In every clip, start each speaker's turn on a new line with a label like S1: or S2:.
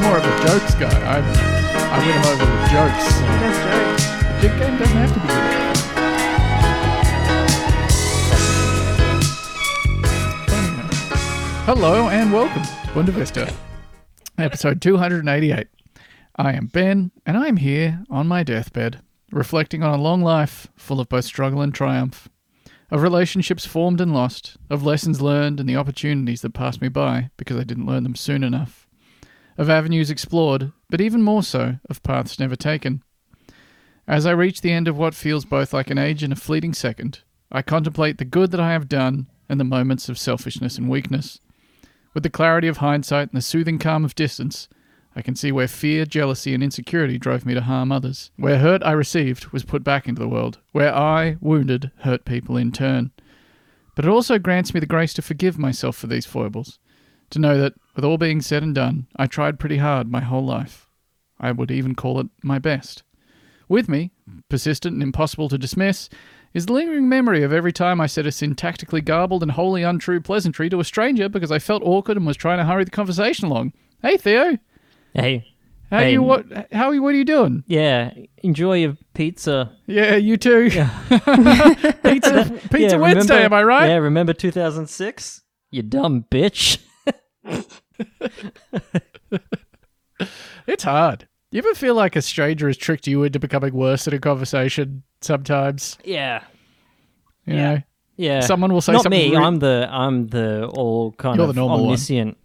S1: jokes go. I, I went home on the jokes. So
S2: That's jokes.
S1: the joke game doesn't have to be good. Hello and welcome to Buena Vista, episode 288. I am Ben, and I'm here on my deathbed, reflecting on a long life full of both struggle and triumph, of relationships formed and lost, of lessons learned and the opportunities that passed me by because I didn't learn them soon enough, of avenues explored, but even more so, of paths never taken. As I reach the end of what feels both like an age and a fleeting second, I contemplate the good that I have done and the moments of selfishness and weakness. With the clarity of hindsight and the soothing calm of distance, I can see where fear, jealousy, and insecurity drove me to harm others, where hurt I received was put back into the world, where I, wounded, hurt people in turn. But it also grants me the grace to forgive myself for these foibles, to know that, with all being said and done, I tried pretty hard my whole life. I would even call it my best. With me, persistent and impossible to dismiss, is the lingering memory of every time I said a syntactically garbled and wholly untrue pleasantry to a stranger because I felt awkward and was trying to hurry the conversation along. Hey, Theo,
S2: Hey,
S1: how
S2: Hey.
S1: you what? How you? What are you doing?
S2: yeah, enjoy your pizza.
S1: Yeah, you too. pizza, pizza
S2: yeah,
S1: Wednesday.
S2: remember-
S1: Am I right?
S2: Yeah, remember 2006? You dumb bitch.
S1: It's hard. You ever feel like a stranger has tricked you into becoming worse at a conversation? Sometimes,
S2: yeah,
S1: you
S2: Yeah.
S1: know.
S2: yeah.
S1: Someone will say
S2: Not
S1: something
S2: me.
S1: rude-
S2: I'm the I'm the all kind
S1: You're
S2: of
S1: the normal one.
S2: omniscient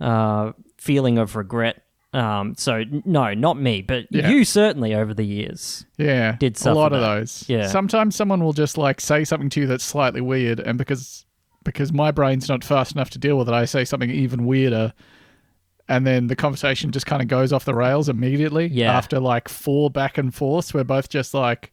S2: uh, feeling of regret. Um, so n- no, not me, but
S1: Yeah.
S2: you certainly over the years.
S1: Yeah,
S2: did
S1: a
S2: suffer
S1: lot of
S2: that.
S1: those.
S2: Yeah.
S1: sometimes someone will just like say something to you that's slightly weird, and because because my brain's not fast enough to deal with it, I say something even weirder, and then the conversation just kind of goes off the rails immediately.
S2: Yeah.
S1: after like four back and forths, we're both just like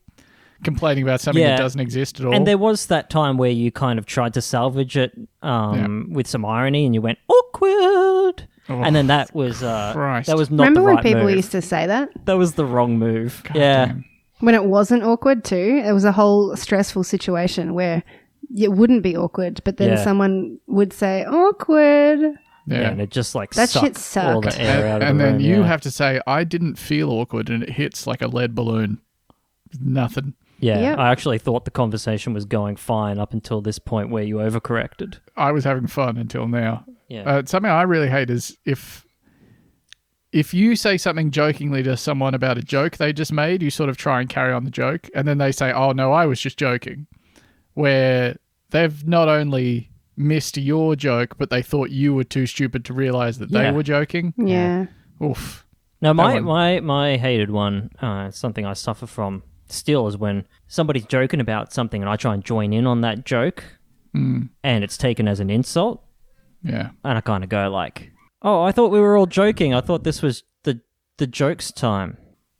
S1: complaining about something
S2: Yeah.
S1: that doesn't exist at all.
S2: And there was that time where you kind of tried to salvage it um, with some irony, and you went awkward. and then that was uh,
S1: Oh, Christ.
S2: that was not
S3: Remember
S2: the
S3: when
S2: right
S3: people
S2: move.
S3: used to say that?
S2: That was the wrong move. yeah.
S1: damn.
S3: When it wasn't awkward, too. It was a whole stressful situation where it wouldn't be awkward, but then
S2: Yeah.
S3: someone would say, awkward.
S2: yeah.
S1: yeah.
S2: And it just like
S3: That
S2: sucked
S3: shit
S2: all the
S3: sucked.
S2: air out
S1: and,
S2: of
S1: and
S2: the
S1: then
S2: room,
S1: you
S2: yeah.
S1: have to say, "I didn't feel awkward," and it hits like a lead balloon. Nothing.
S2: Yeah,
S3: Yep.
S2: I actually thought the conversation was going fine up until this point where you overcorrected.
S1: I was having fun until now.
S2: Yeah.
S1: Uh, something I really hate is if if you say something jokingly to someone about a joke they just made, you sort of try and carry on the joke, and then they say, "Oh no, I was just joking," where they've not only missed your joke, but they thought you were too stupid to realize that
S2: Yeah.
S1: they were joking.
S3: Yeah.
S1: Oof.
S2: Now, my,
S1: one.
S2: my, my hated one, uh, something I suffer from still, is when somebody's joking about something and I try and join in on that joke and it's taken as an insult.
S1: Hmm. Yeah.
S2: And I kind of go like, oh, I thought we were all joking. I thought this was the, the joke's time.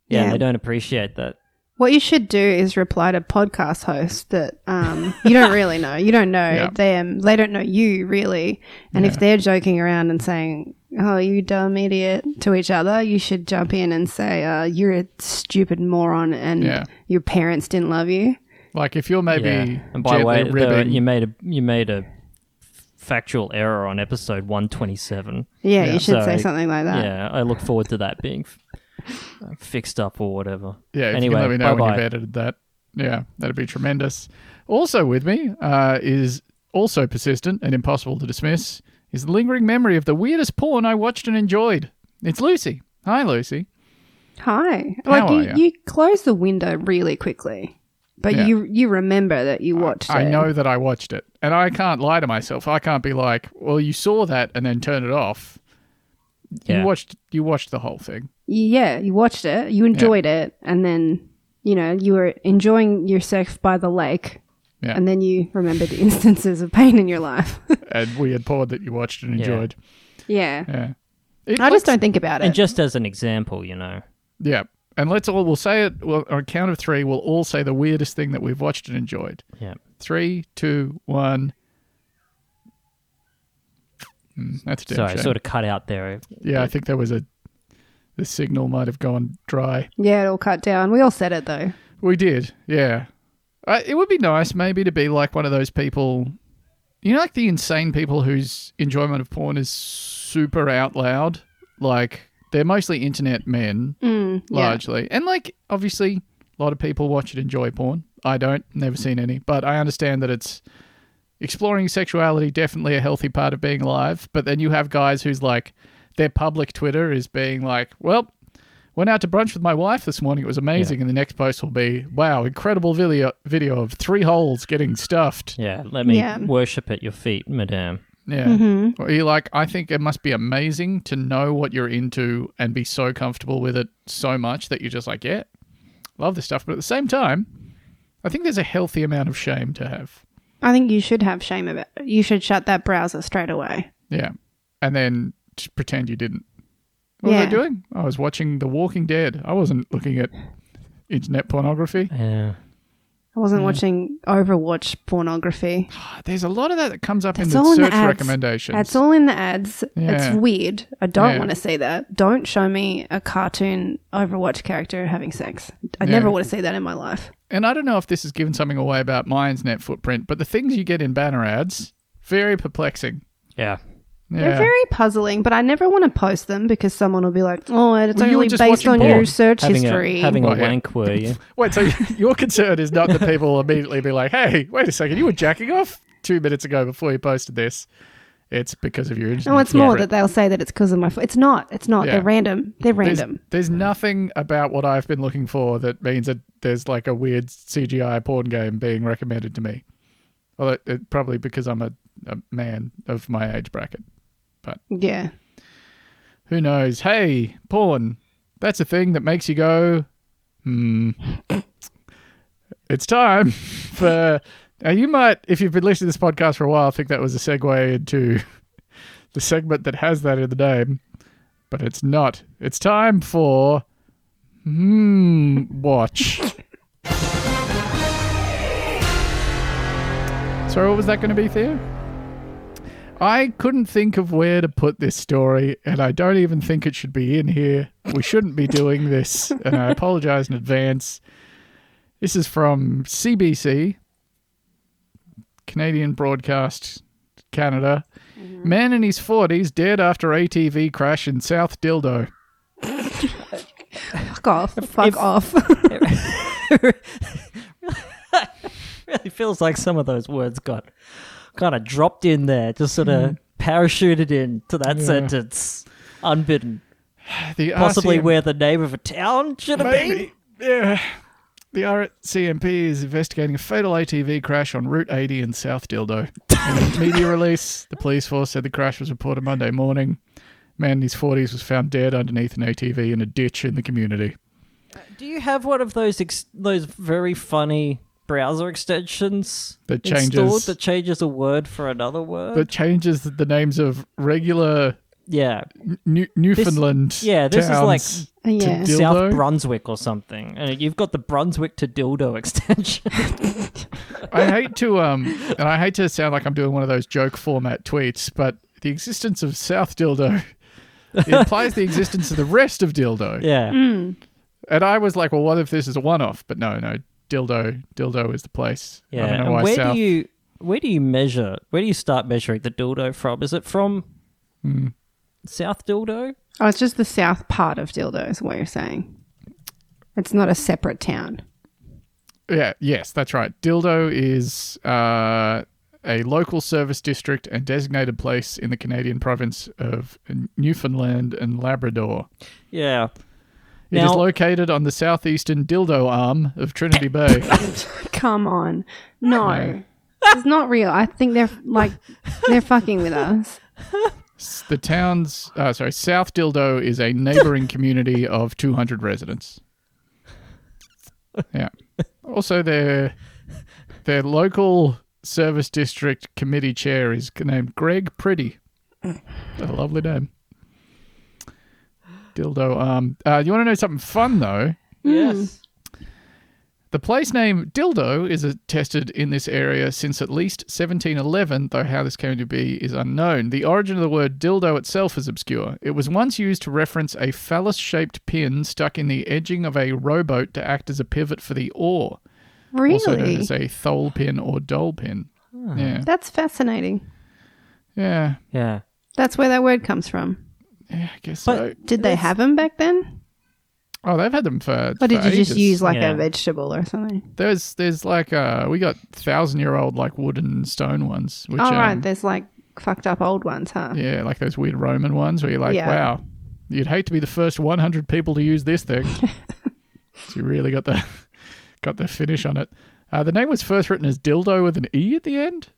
S2: Yeah,
S3: Yeah.
S2: they don't appreciate that.
S3: What you should do is reply to podcast hosts that um, you don't really know. You don't know
S1: Yeah.
S3: them. They don't know you, really. And if they're joking around and saying, oh, you dumb idiot to each other, you should jump in and say, uh, you're a stupid moron and
S1: Yeah.
S3: your parents didn't love you.
S1: Like if you're maybe
S2: yeah. And by the way,
S1: gently
S2: though,
S1: ribbing,
S2: you made a you made a factual error on episode 127.
S3: Yeah,
S1: Yeah.
S3: you should say
S2: So,
S3: something like that.
S2: Yeah, I look forward to that being f- uh, fixed up or whatever.
S1: Yeah, if
S2: anyway,
S1: you can let me know
S2: bye-bye.
S1: when you've edited that. Yeah, that'd be tremendous. Also with me uh, is also persistent and impossible to dismiss is the lingering memory of the weirdest porn I watched and enjoyed. It's Lucy. Hi, Lucy.
S3: Hi.
S1: How
S3: like
S1: are
S3: you,
S1: ya?
S3: you close the window really quickly. But
S1: Yeah.
S3: you you remember that you watched
S1: I
S3: it.
S1: know that I watched it, and I can't lie to myself. I can't be like, "Well, you saw that and then turn it off."
S2: Yeah.
S1: You watched. You watched the whole thing.
S3: Yeah, you watched it, you enjoyed it, and then you know, you were enjoying yourself by the lake.
S1: Yeah.
S3: And then you remembered the instances of pain in your life.
S1: and weird porn that you watched and
S2: Yeah.
S1: enjoyed.
S3: yeah.
S1: Yeah. It
S3: I just
S1: looks-
S3: don't think about
S2: And
S3: it.
S2: just as an example, you know,
S1: Yeah. And let's all, we'll say it well, on count of three, we'll all say the weirdest thing that we've watched and enjoyed.
S2: yeah,
S1: Three, two, one. Mm, that's a damn
S2: sorry,
S1: shame.
S2: sort of cut out there.
S1: Yeah, I think there was a, the signal might have gone dry.
S3: yeah, it all cut down. We all said it though.
S1: We did, yeah. I, it would be nice maybe to be like one of those people, you know, like the insane people whose enjoyment of porn is super out loud. Like They're mostly internet men,
S3: Mm,
S1: largely. And like, obviously, a lot of people watch and enjoy porn. I don't, never seen any, but I understand that it's exploring sexuality definitely a healthy part of being alive. But then you have guys who's like, their public Twitter is being like, well, went out to brunch with my wife this morning. It was amazing. And the next post will be, wow, incredible video video of three holes getting stuffed.
S2: Yeah, let me
S3: Yeah.
S2: worship at your feet, madame.
S1: Yeah.
S3: Mm-hmm.
S1: Or you like, I think it must be amazing to know what you're into and be so comfortable with it so much that you're just like, yeah, love this stuff. But at the same time, I think there's a healthy amount of shame to have.
S3: I think you should have shame about it. You should shut that browser straight away.
S1: Yeah. And then just pretend you didn't. What was
S3: Yeah.
S1: I doing? I was watching The Walking Dead. I wasn't looking at internet pornography.
S2: Yeah.
S3: I wasn't
S1: Mm-hmm.
S3: watching Overwatch pornography.
S1: Ah, There's a lot of that that comes up in
S3: That's
S1: the
S3: all in
S1: search
S3: the ads.
S1: recommendations.
S3: It's all in the ads.
S1: Yeah.
S3: It's weird. I don't
S1: Yeah.
S3: want to see that. Don't show me a cartoon Overwatch character having sex. I
S1: Yeah.
S3: never want to see that in my life.
S1: and I don't know if this has given something away about my internet footprint, but the things you get in banner ads, very perplexing.
S2: Yeah.
S1: Yeah.
S3: They're very puzzling, but I never want to post them because someone will be like, "Oh, it's
S1: Well, you were
S3: only
S1: just
S3: based
S1: watching
S3: on
S1: porn.
S3: your search
S2: having
S3: history."
S2: A, having
S1: Well,
S2: a
S1: Oh, yeah.
S2: wank, were you?
S1: Wait, so your concern is not that people immediately be like, hey, wait a second, you were jacking off two minutes ago before you posted this. It's because of your internet.
S3: no, it's more
S1: footprint.
S3: that they'll say that it's because of my. F- it's not. It's not.
S1: Yeah.
S3: They're random. They're
S1: There's,
S3: random.
S1: there's nothing about what I've been looking for that means that there's like a weird CGI porn game being recommended to me. Although it, probably because I'm a, a man of my age bracket.
S3: yeah.
S1: Who knows? Hey, porn. That's a thing that makes you go, hmm. It's time for. Now you might, if you've been listening to this podcast for a while, think that was a segue into the segment that has that in the name, but it's not. It's time for. Hmm. Watch. Sorry, what was that going to be, Theo? I couldn't think of where to put this story, and I don't even think it should be in here. We shouldn't be doing this, and I apologize in advance. This is from CBC, Canadian Broadcast Canada.
S2: Mm-hmm.
S1: Man in his 40s dead after ATV crash in South Dildo.
S3: Fuck off. Fuck off.
S2: It feels like some of those words got kind of dropped in there, just sort of
S1: Mm.
S2: parachuted in to that sentence, unbidden.
S1: The
S2: Possibly
S1: RCMP
S2: where the name of a town should have been.
S1: Maybe. Yeah. The RCMP is investigating a fatal ATV crash on Route 80 in South Dildo. In a media release, the police force said the crash was reported Monday morning. Man in his 40s was found dead underneath an ATV in a ditch in the community.
S2: Do you have one of those ex- those very funny browser extensions
S1: That
S2: installed
S1: changes-
S2: that changes a word for another word?
S1: That changes the names of regular
S2: yeah,
S1: New- Newfoundland.
S2: yeah, this is like
S1: towns to
S3: yeah.
S1: Dildo.
S2: South Brunswick or something, and you've got the Brunswick to dildo extension.
S1: I hate to um, and I hate to sound like I'm doing one of those joke format tweets, but the existence of South Dildo implies the existence of the rest of Dildo.
S2: yeah,
S3: Hmm.
S1: And I was like, well, what if this is a one-off? But no, no, dildo, dildo is the place.
S2: yeah.
S1: I don't know
S2: And
S1: why
S2: where
S1: South.
S2: do you where do you measure? Where do you start measuring the dildo from? Is it from
S1: Hmm.
S2: South Dildo?
S3: Oh, it's just the south part of Dildo, is what you're saying. It's not a separate town.
S1: Yeah, yes, that's right. Dildo is uh, a local service district and designated place in the Canadian province of Newfoundland and Labrador.
S2: Yeah.
S1: It is
S2: Now-
S1: located on the southeastern dildo arm of Trinity Bay.
S3: Come on. No. it's not real. I think they're like, they're fucking with us.
S1: S- the town's, uh, sorry, South Dildo is a neighboring community of 200 residents. Yeah. Also, their their local service district committee chair is c- named Greg Pretty. What a lovely name. Dildo. Um. Uh, you want to know something fun though?
S2: Yes.
S3: Hmm.
S1: The place name Dildo is attested in this area since at least 1711, though how this came to be is unknown. The origin of the word dildo itself is obscure. It was once used to reference a phallus shaped pin stuck in the edging of a rowboat to act as a pivot for the oar, also known
S3: Really?
S1: as a thole pin or dole pin. Yeah.
S3: That's fascinating.
S1: Yeah.
S2: Yeah.
S3: That's where that word comes from.
S1: Yeah, I guess
S2: But-
S1: so.
S3: Did they have them back then?
S1: Oh, they've had them for.
S3: Or did
S1: for
S3: you just
S1: ages.
S3: use like
S2: Yeah.
S3: a vegetable or something?
S1: There's there's like uh we got thousand year old like wood and stone ones. Which,
S3: Oh, right.
S1: um,
S3: There's like fucked up old ones, huh?
S1: Yeah, like those weird Roman ones where you're like,
S3: Yeah.
S1: wow, you'd hate to be the first 100 people to use this thing. so you really got the got the finish on it. Uh, the name was first written as dildo with an e at the end.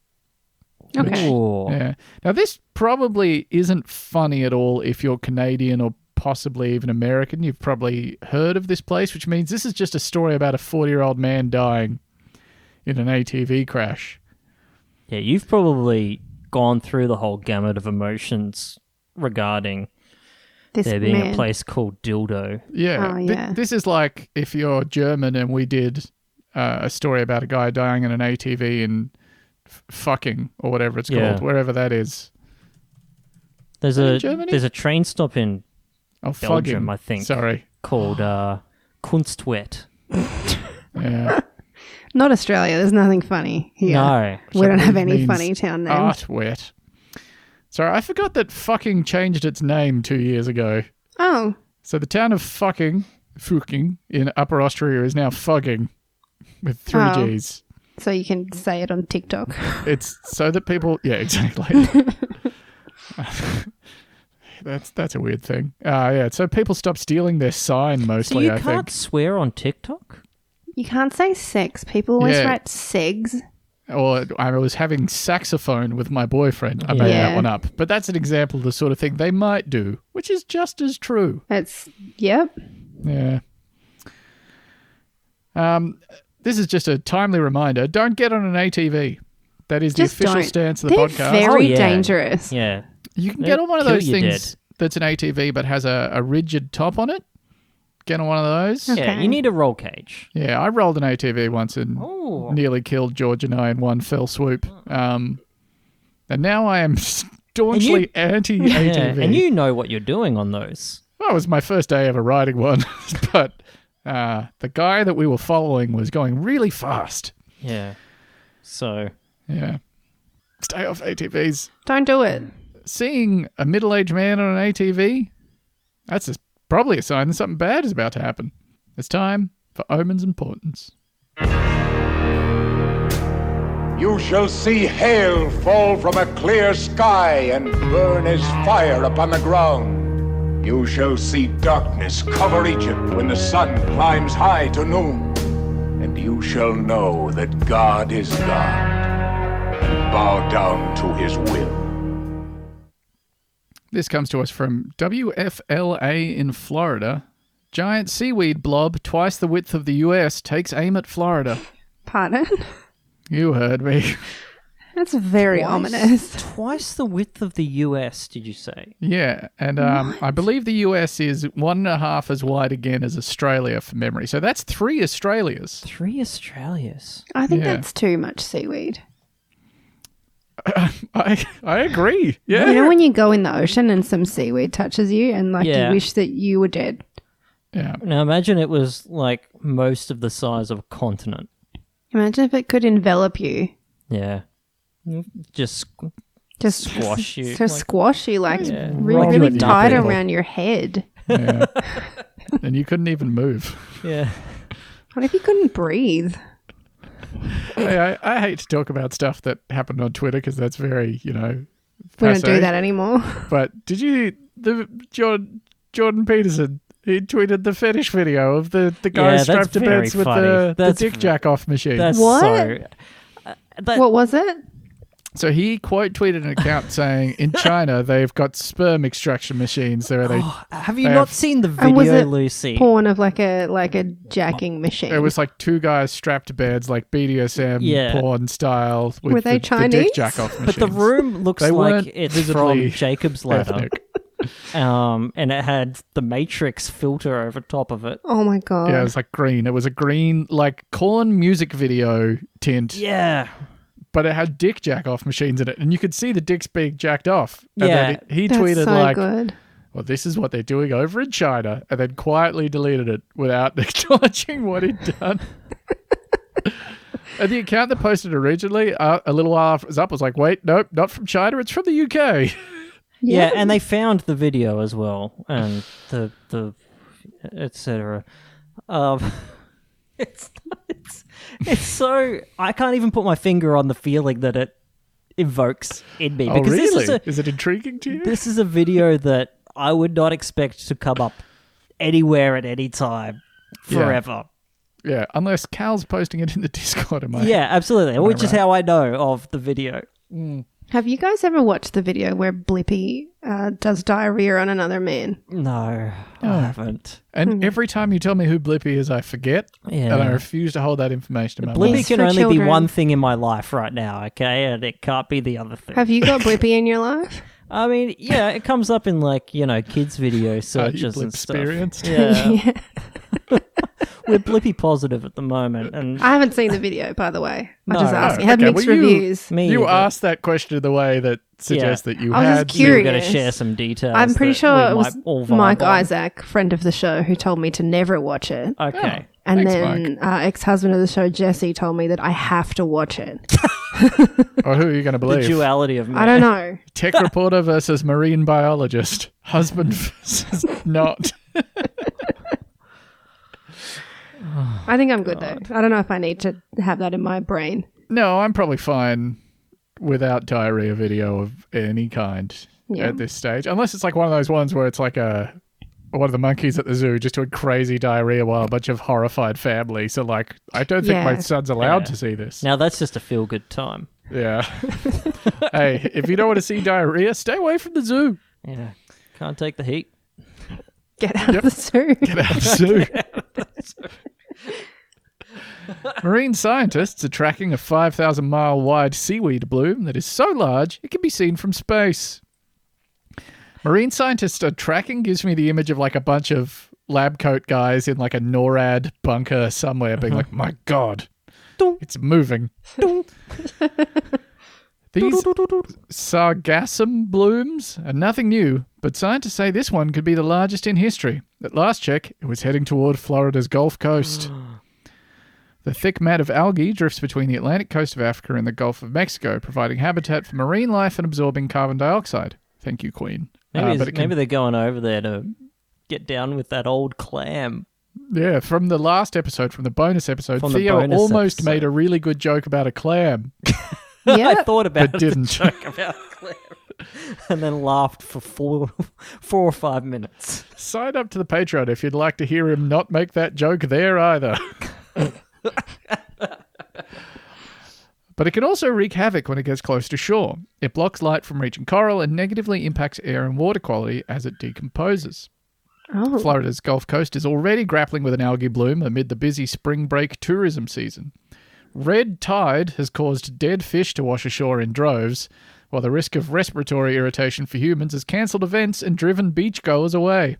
S3: Okay.
S2: Ooh.
S1: Yeah. Now this probably isn't funny at all if you're Canadian or possibly even American. You've probably heard of this place, which means this is just a story about a 40-year-old man dying in an ATV crash.
S2: Yeah, you've probably gone through the whole gamut of emotions regarding
S3: This
S2: there being
S3: man.
S2: a place called Dildo.
S1: Yeah.
S3: Oh,
S1: Thi-
S3: yeah.
S1: this is like if you're German and we did uh, a story about a guy dying in an ATV in f- fucking or whatever it's
S2: Yeah.
S1: called, wherever that is.
S2: There's
S1: In
S2: a
S1: Germany?
S2: there's a train stop in
S1: Oh,
S2: Belgium,
S1: fucking.
S2: I think.
S1: Sorry.
S2: called uh, Kunstwet.
S1: Yeah.
S3: Not Australia. There's nothing funny here.
S2: No,
S3: we don't have
S1: Which
S3: any
S1: means
S3: funny town names.
S1: Art wet. Sorry, I forgot that fucking changed its name two years ago.
S3: oh,
S1: So the town of fucking, fucking, in Upper Austria is now fugging with three
S3: Oh.
S1: G's.
S3: so you can say it on TikTok.
S1: It's so that people, yeah, exactly. that's that's a weird thing. Uh, yeah, so people stop stealing their sign
S2: so
S1: mostly.
S2: you
S1: I
S2: can't swear on TikTok.
S3: You can't say sex. People always
S1: Yeah.
S3: write segs.
S1: think. Or I was having saxophone with my boyfriend. I made that
S3: Yeah.
S1: one up, but that's an example of the sort of thing they might do, which is just as true.
S3: It's yep.
S1: Yeah. Um, this is just a timely reminder. Don't get on an ATV. That is
S3: Just
S1: the official
S3: don't.
S1: stance of the
S3: They're
S1: podcast.
S3: very
S2: Oh, yeah.
S3: dangerous.
S2: Yeah,
S1: You can
S2: They'll
S1: get on one of
S2: kill
S1: those
S2: you
S1: things
S2: dead.
S1: that's an ATV but has a, a rigid top on it. Get on one of those. Yeah.
S2: yeah.
S3: Okay.
S2: You need a roll cage.
S1: I rolled an ATV once and
S2: Oh,
S1: nearly killed George and I in one fell swoop. Um, and now I am staunchly anti ATV.
S2: yeah. and you know what you're doing on those.
S1: Well, it was my first day ever riding one, but uh, the guy that we were following was going really fast.
S2: Yeah. So
S1: Yeah. Stay off ATVs.
S3: Don't do it.
S1: Seeing a middle aged man on an ATV, that's a, probably a sign that something bad is about to happen. It's time for Omen's Importance.
S4: You shall see hail fall from a clear sky and burn as fire upon the ground. You shall see darkness cover Egypt when the sun climbs high to noon. And you shall know that God is God and bow down to his will.
S1: This comes to us from WFLA in Florida. Giant seaweed blob, twice the width of the US, takes aim at Florida.
S3: Pardon.
S1: You heard me.
S3: That's very ominous.
S2: twice the width of the U.S. Did you say?
S1: Yeah, and um, I believe the US is one and a half as wide again as Australia from memory. So that's three Australias.
S2: Three Australias.
S3: I think
S1: Yeah.
S3: that's too much seaweed.
S1: I, I agree. Yeah.
S3: You know when you go in the ocean and some seaweed touches you and like
S2: Yeah.
S3: you wish that you were dead.
S1: Yeah.
S2: Now imagine it was like most of the size of a continent.
S3: Imagine if it could envelop you.
S2: Yeah. Just
S3: Just
S2: Squash you,
S3: To
S2: like-
S3: squash you like
S2: Yeah.
S3: really,
S1: Rock you
S3: really
S1: with
S3: tight
S1: nothing.
S3: around your head.
S1: yeah. and you couldn't even move.
S2: yeah.
S3: What if you couldn't breathe?
S1: Hey, I, I hate to talk about stuff that happened on Twitter because that's very, you know,
S3: We don't
S1: passe.
S3: do that anymore.
S1: But did you, the Jordan, Jordan Peterson, he tweeted the fetish video of the, the guy
S2: Yeah, that's
S1: strapped to
S2: very
S1: beds with
S2: funny.
S1: the, the
S2: That's
S1: dick
S2: v-
S1: jack off machine.
S2: That's
S3: What?
S2: so. uh, that,
S3: what was it?
S1: So he quote tweeted an account saying in China they've got sperm extraction machines. There they
S2: have you
S1: I
S2: not
S1: have-
S2: seen the
S3: And Uh, was
S2: video,
S3: it
S2: Lucy?
S3: Porn of like a like a jacking machine.
S1: it was like two guys strapped to beds like BDSM
S2: Yeah.
S1: porn style with
S3: Were they
S1: the, the dick
S3: Chinese?
S1: jack off
S2: But the room looks
S1: They
S2: like
S1: weren't
S2: it's
S1: visibly
S2: from Jacob's Ladder, um, and it had the Matrix filter over top of it.
S3: oh my god.
S1: Yeah, it was like green. It was a green like corn music video tint,
S2: Yeah,
S1: but it had dick jack off machines in it, and you could see the dicks being jacked off. And then
S2: Yeah.
S1: he, he
S3: That's
S1: tweeted
S3: so
S1: like,
S3: good.
S1: "Well, this is what they're doing over in China," and then quietly deleted it without acknowledging what he'd done. And the account that posted originally, uh, a little while after it was up, was like, wait, nope, not from China. It's from the UK.
S2: Yeah. and they found the video as well, and the the etc. Um, it's it's it's so I can't even put my finger on the feeling that it evokes in me
S1: Oh,
S2: because
S1: really?
S2: this is a
S1: it intriguing to you?
S2: this is a video that I would not expect to come up anywhere at any time
S1: Yeah.
S2: forever.
S1: yeah, unless Cal's posting it in the Discord. Am I?
S2: Yeah, absolutely. Which is
S1: right?
S2: how I know of the video.
S3: Have you guys ever watched the video where Blippi uh, does diarrhea on another man?
S2: No, I haven't.
S1: And every time you tell me who Blippi is, I forget,
S2: Mm-hmm. Yeah.
S1: and I refuse to hold that information in my
S2: Blippi
S1: mind.
S3: He's
S2: can
S3: for
S2: only be
S3: children.
S2: one thing in my life right now, okay? And it can't be the other thing.
S3: Have you got Blippi in your life?
S2: I mean, yeah, it comes up in like, you know, kids' video
S1: Are
S2: searches
S1: you
S2: and stuff.
S1: experienced?
S2: Yeah. We're Blippi positive at the moment. And
S3: I haven't seen the video, by the way.
S2: No.
S3: I'm just asking.
S1: Oh,
S3: Had
S1: okay,
S3: mixed
S1: well, you-
S3: reviews.
S2: me.
S1: You
S2: but
S1: asked that question the way that suggests that you
S3: I was
S1: had.
S3: just
S2: We were going to
S3: curious.
S2: share some details.
S3: I'm pretty
S2: that
S3: sure
S2: we
S3: it was
S2: might all vibe
S3: Mike
S2: on.
S3: Isaac, friend of the show, who told me to never watch it.
S2: Okay.
S3: and
S1: Oh, thanks,
S3: then uh, ex husband of the show, Jesse, told me that I have to watch it.
S1: Or who are you going to
S2: The
S1: believe?
S2: duality of
S3: I don't know.
S1: Tech reporter versus marine biologist. Husband versus not.
S3: I think I'm good, though. I don't know if I need to have that in my brain.
S1: No, I'm probably fine without diarrhea video of any kind
S3: Yeah.
S1: at this stage, unless it's like one of those ones where it's like a one of the monkeys at the zoo just doing crazy diarrhea while a bunch of horrified families are like, I don't think my
S3: Yeah.
S1: son's allowed
S2: Yeah.
S1: to see this.
S2: Now that's just a feel good time.
S1: Yeah. hey, if you don't want to see diarrhea, stay away from the zoo.
S2: Yeah. Can't take the heat.
S3: Get out of the zoo.
S1: Get out of the zoo. Marine scientists are tracking a 5,000 mile wide seaweed bloom that is so large it can be seen from space. Marine scientists are tracking gives me the image of like a bunch of lab coat guys in like a NORAD bunker somewhere being like, my God, it's moving. These sargassum blooms are nothing new, but scientists say this one could be the largest in history. At last check, it was heading toward Florida's Gulf Coast. The thick mat of algae drifts between the Atlantic coast of Africa and the Gulf of Mexico, providing habitat for marine life and absorbing carbon dioxide. Thank you, Queen.
S2: Maybe,
S1: Uh,
S2: it's-
S1: but it can-
S2: maybe they're going over there to get down with that old clam.
S1: yeah, from the last episode, from the bonus episode,
S2: From the
S1: Theo
S2: bonus
S1: almost
S2: episode.
S1: made a really good joke about a clam.
S2: I
S3: yeah.
S2: thought about
S1: But
S2: it, the
S1: didn't.
S2: joke about clam, and then laughed for four, four or five minutes.
S1: Sign up to the Patreon if you'd like to hear him not make that joke there either. but it can also wreak havoc when it gets close to shore. It blocks light from reaching coral and negatively impacts air and water quality as it decomposes.
S3: Oh.
S1: Florida's Gulf Coast is already grappling with an algae bloom amid the busy spring break tourism season. Red tide has caused dead fish to wash ashore in droves, while the risk of respiratory irritation for humans has cancelled events and driven beachgoers away.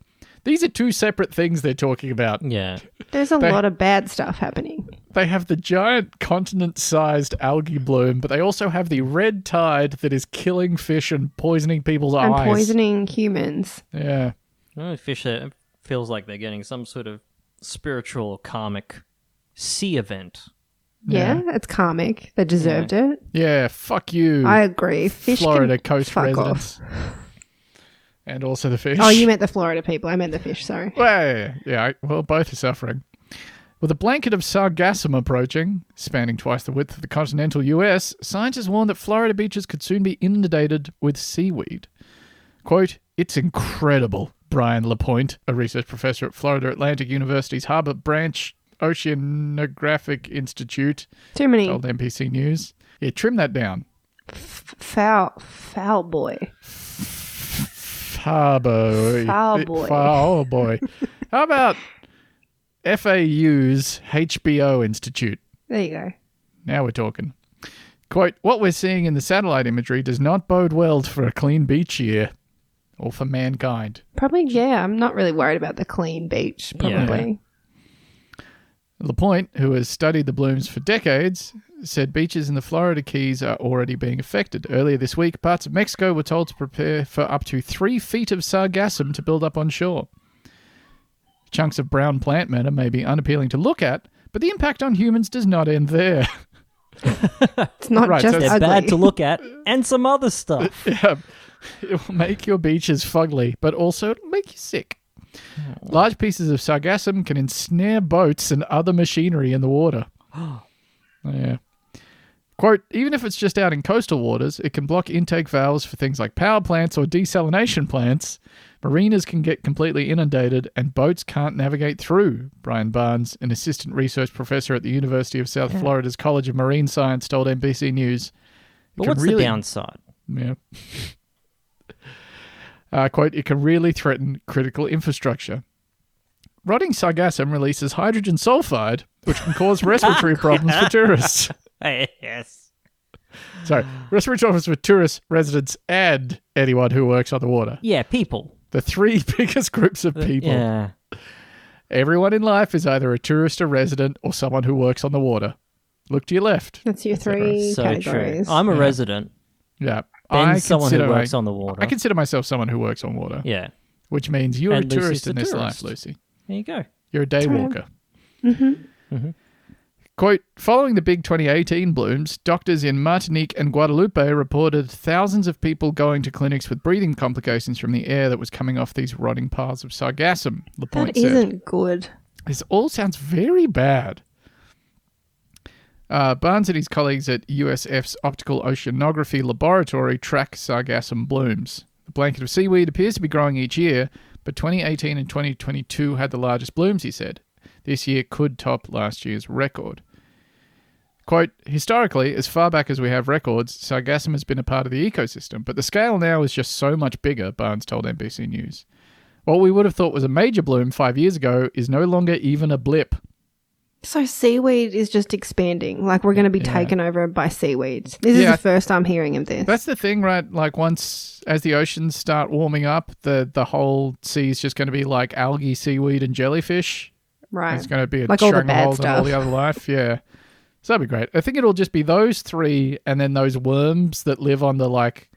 S1: These are two separate things they're talking about.
S2: Yeah,
S3: There's a
S1: They-
S3: lot of bad stuff happening.
S1: They have the giant continent sized algae bloom, but they also have the red tide that is killing fish and poisoning people's
S3: And
S1: eyes.
S3: poisoning humans.
S1: Yeah.
S2: fish that feels like they're getting some sort of spiritual or karmic sea event.
S3: Yeah, it's karmic. They deserved it.
S1: Yeah, fuck you.
S3: I agree. Fish
S1: Florida
S3: can
S1: coast
S3: fuck Off.
S1: residents. And also the fish.
S3: Oh, you meant the Florida people. I meant the fish. Sorry.
S1: Well, yeah, yeah, I- well, both are suffering. With a blanket of sargassum approaching, spanning twice the width of the continental US, scientists warn that Florida beaches could soon be inundated with seaweed. Quote, It's incredible, Brian LaPointe, a research professor at Florida Atlantic University's Harbor Branch Oceanographic Institute,
S3: Too many
S1: told NPC News. Yeah, trim that down.
S3: foul, foul boy.
S1: Far boy.
S3: Far boy.
S1: Far boy. How about FAU's HBO Institute?
S3: There you go.
S1: Now we're talking. Quote, what we're seeing in the satellite imagery does not bode well for a clean beach year or for mankind.
S3: Probably, yeah. I'm not really worried about the clean beach. Probably.
S1: LaPointe, who has studied the blooms for decades, said beaches in the Florida Keys are already being affected. Earlier this week, parts of Mexico were told to prepare for up to three feet of sargassum to build up on shore. Chunks of brown plant matter may be unappealing to look at, but the impact on humans does not end there.
S3: It's not
S1: Right, so
S3: just
S1: it's
S2: They're
S3: ugly.
S2: bad to look at, and some other stuff.
S1: Yeah. It will make your beaches fugly, but also it'll make you sick. Large pieces of sargassum can ensnare boats and other machinery in the water. yeah. Quote, even if it's just out in coastal waters, it can block intake valves for things like power plants or desalination plants. Marinas can get completely inundated and boats can't navigate through, Brian Barnes, an assistant research professor at the University of South Florida's College of Marine Science, told NBC News.
S2: But
S1: can
S2: what's
S1: really-
S2: the downside?
S1: Yeah. uh, quote, it can really threaten critical infrastructure. Rotting sargassum releases hydrogen sulfide, which can cause respiratory problems for tourists.
S2: Eh, yes.
S1: Sorry, respiratory problems for tourists, residents, and anyone who works on the water.
S2: Yeah, people.
S1: The three biggest groups of people.
S2: Uh, Yeah.
S1: Everyone in life is either a tourist, a resident, or someone who works on the water. Look to your left.
S3: That's your three
S2: So
S3: categories.
S2: true. I'm a resident.
S1: Yeah.
S2: Ben's someone who
S1: consider
S2: works
S1: my-
S2: on the water.
S1: I consider myself someone who works on water,
S2: Yeah.
S1: which means you're
S2: And
S1: a
S2: Lucy's
S1: tourist in
S2: the
S1: this
S2: tourist.
S1: life, Lucy.
S2: There you go.
S1: You're a day walker. Quote Following the big 2018 blooms, doctors in Martinique and Guadeloupe reported thousands of people going to clinics with breathing complications from the air that was coming off these rotting piles of sargassum. LaPointe
S3: That
S1: said.
S3: isn't good.
S1: This all sounds very bad. Uh, Barnes and his colleagues at USF's Optical Oceanography Laboratory track sargassum blooms. The blanket of seaweed appears to be growing each year, but 2018 and 2022 had the largest blooms, he said. This year could top last year's record. Quote, historically, as far back as we have records, sargassum has been a part of the ecosystem, but the scale now is just so much bigger, Barnes told NBC News. What we would have thought was a major bloom five years ago is no longer even a blip.
S3: So seaweed is just expanding. Like we're going to be taken over by seaweeds. This is
S1: Yeah.
S3: the first I'm hearing of this.
S1: That's the thing, right? Like once as the oceans start warming up, the the whole sea is just going to be like algae, seaweed, and jellyfish.
S3: right.
S1: It's going to be a
S3: Like all the bad
S1: stranglehold on all
S3: stuff.
S1: the other life. Yeah. So that'd be great. I think it'll just be those three, and then those worms that live on the like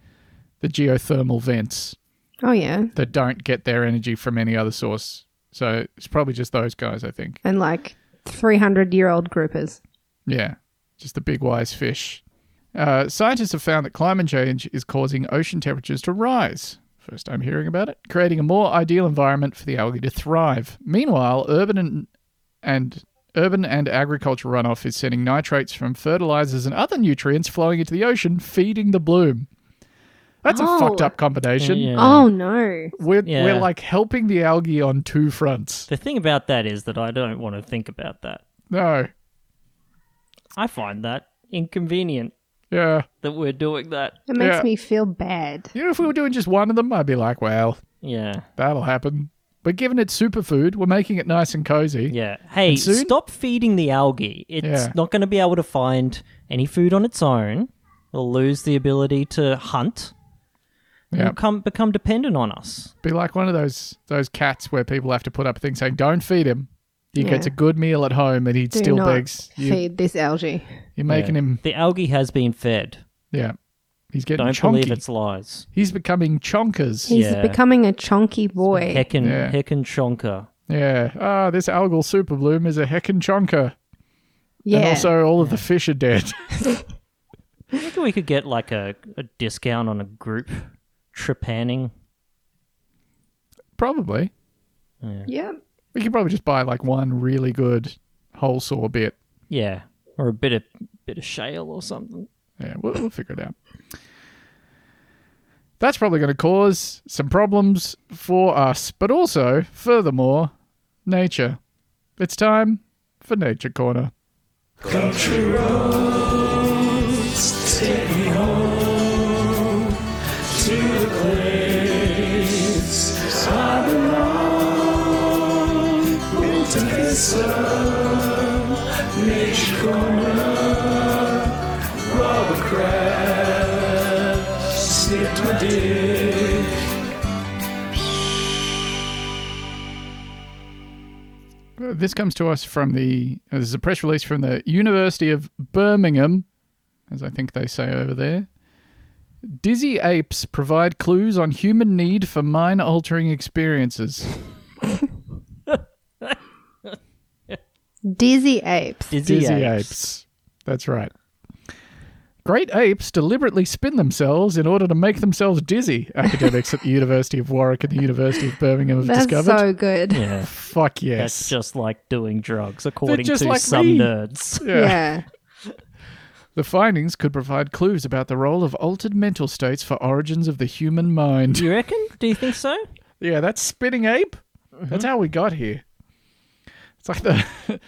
S1: the geothermal vents
S3: oh yeah.
S1: that don't get their energy from any other source. So it's probably just those guys. I think.
S3: And like 300 year old groupers.
S1: Yeah, just the big wise fish. Uh, scientists have found that climate change is causing ocean temperatures to rise. First time hearing about it, creating a more ideal environment for the algae to thrive. Meanwhile, urban and, and urban and agriculture runoff is sending nitrates from fertilizers and other nutrients flowing into the ocean, feeding the bloom. That's a
S3: Oh.
S1: fucked up combination.
S2: Yeah.
S3: Oh no.
S1: We're,
S2: Yeah.
S1: we're like helping the algae on two fronts.
S2: The thing about that is that I don't want to think about that.
S1: No.
S2: I find that inconvenient
S1: Yeah.
S2: that we're doing that.
S3: It makes
S1: Yeah.
S3: me feel bad.
S1: You know, if we were doing just one of them, I'd be like, well,
S2: Yeah.
S1: That'll happen. We're giving it superfood. We're making it nice and cozy.
S2: Yeah. Hey,
S1: soon-
S2: stop feeding the algae. It's
S1: Yeah.
S2: not going to be able to find any food on its own. It'll lose the ability to hunt.
S1: Yeah.
S2: It'll come, become dependent on us.
S1: Be like one of those those cats where people have to put up a thing saying, "Don't feed him." He
S3: Yeah.
S1: gets a good meal at home, and he
S3: Do
S1: still
S3: not
S1: begs. You,
S3: feed this algae.
S1: you're making
S2: Yeah.
S1: him.
S2: The algae has been fed.
S1: Yeah, he's getting
S2: Don't
S1: chonky.
S2: believe its lies.
S1: He's becoming chonkers.
S3: He's
S2: Yeah.
S3: becoming a chonky boy.
S2: Heckin,
S1: Yeah.
S2: heckin' chonker.
S1: yeah. Ah, this algal super bloom is a heckin' chonker.
S3: yeah.
S1: And also, all of the fish are dead.
S2: I think we could get like a, a discount on a group trip panning.
S1: probably.
S3: yeah.
S1: We could probably just buy like one really good whole saw bit.
S2: Yeah, or a bit of bit of shale or something.
S1: Yeah, we'll, we'll figure it out. That's probably going to cause some problems for us, but also, furthermore, nature. It's time for Nature Corner. Uh, This comes to us from the. uh, This is a press release from the University of Birmingham, as I think they say over there. Dizzy apes provide clues on human need for mind altering experiences.
S3: Dizzy apes.
S2: Dizzy,
S1: Dizzy
S2: apes.
S1: apes. That's right. Great apes deliberately spin themselves in order to make themselves dizzy, academics at the University of Warwick and the University of Birmingham have
S3: That's
S1: discovered.
S3: so good. Yeah.
S2: Yeah.
S1: Fuck
S2: That's
S1: yes.
S2: just like doing drugs, according
S1: just
S2: to
S1: like
S2: some
S1: me.
S2: nerds.
S1: The findings could provide clues about the role of altered mental states for origins of the human mind.
S2: Do you reckon? Do you think so?
S1: Yeah, that's spinning ape.
S2: Mm-hmm.
S1: That's how we got here. It's like the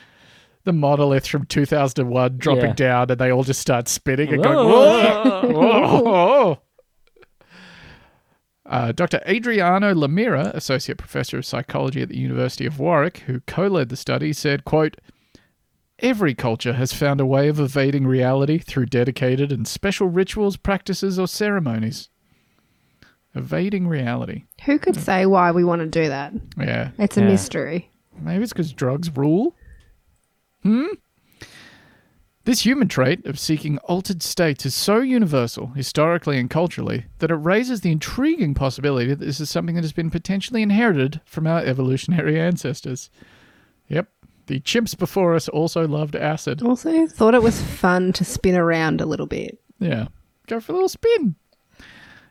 S1: the monolith from 2001 dropping
S2: Yeah.
S1: down and they all just start spinning and going, whoa,
S2: Whoa.
S1: whoa, whoa. Oh. Uh, Dr. Adriano Lamira, associate professor of psychology at the University of Warwick, who co-led the study, said, quote, Every culture has found a way of evading reality through dedicated and special rituals, practices, or ceremonies. Evading reality.
S3: Who could say why we want to do that?
S1: Yeah.
S3: It's a
S2: Yeah.
S3: mystery.
S1: Maybe it's because drugs rule. Hmm? This human trait of seeking altered states is so universal, historically and culturally, that it raises the intriguing possibility that this is something that has been potentially inherited from our evolutionary ancestors. Yep. The chimps before us also loved acid.
S3: Also, thought it was fun to spin around a little bit.
S1: Yeah. Go for a little spin.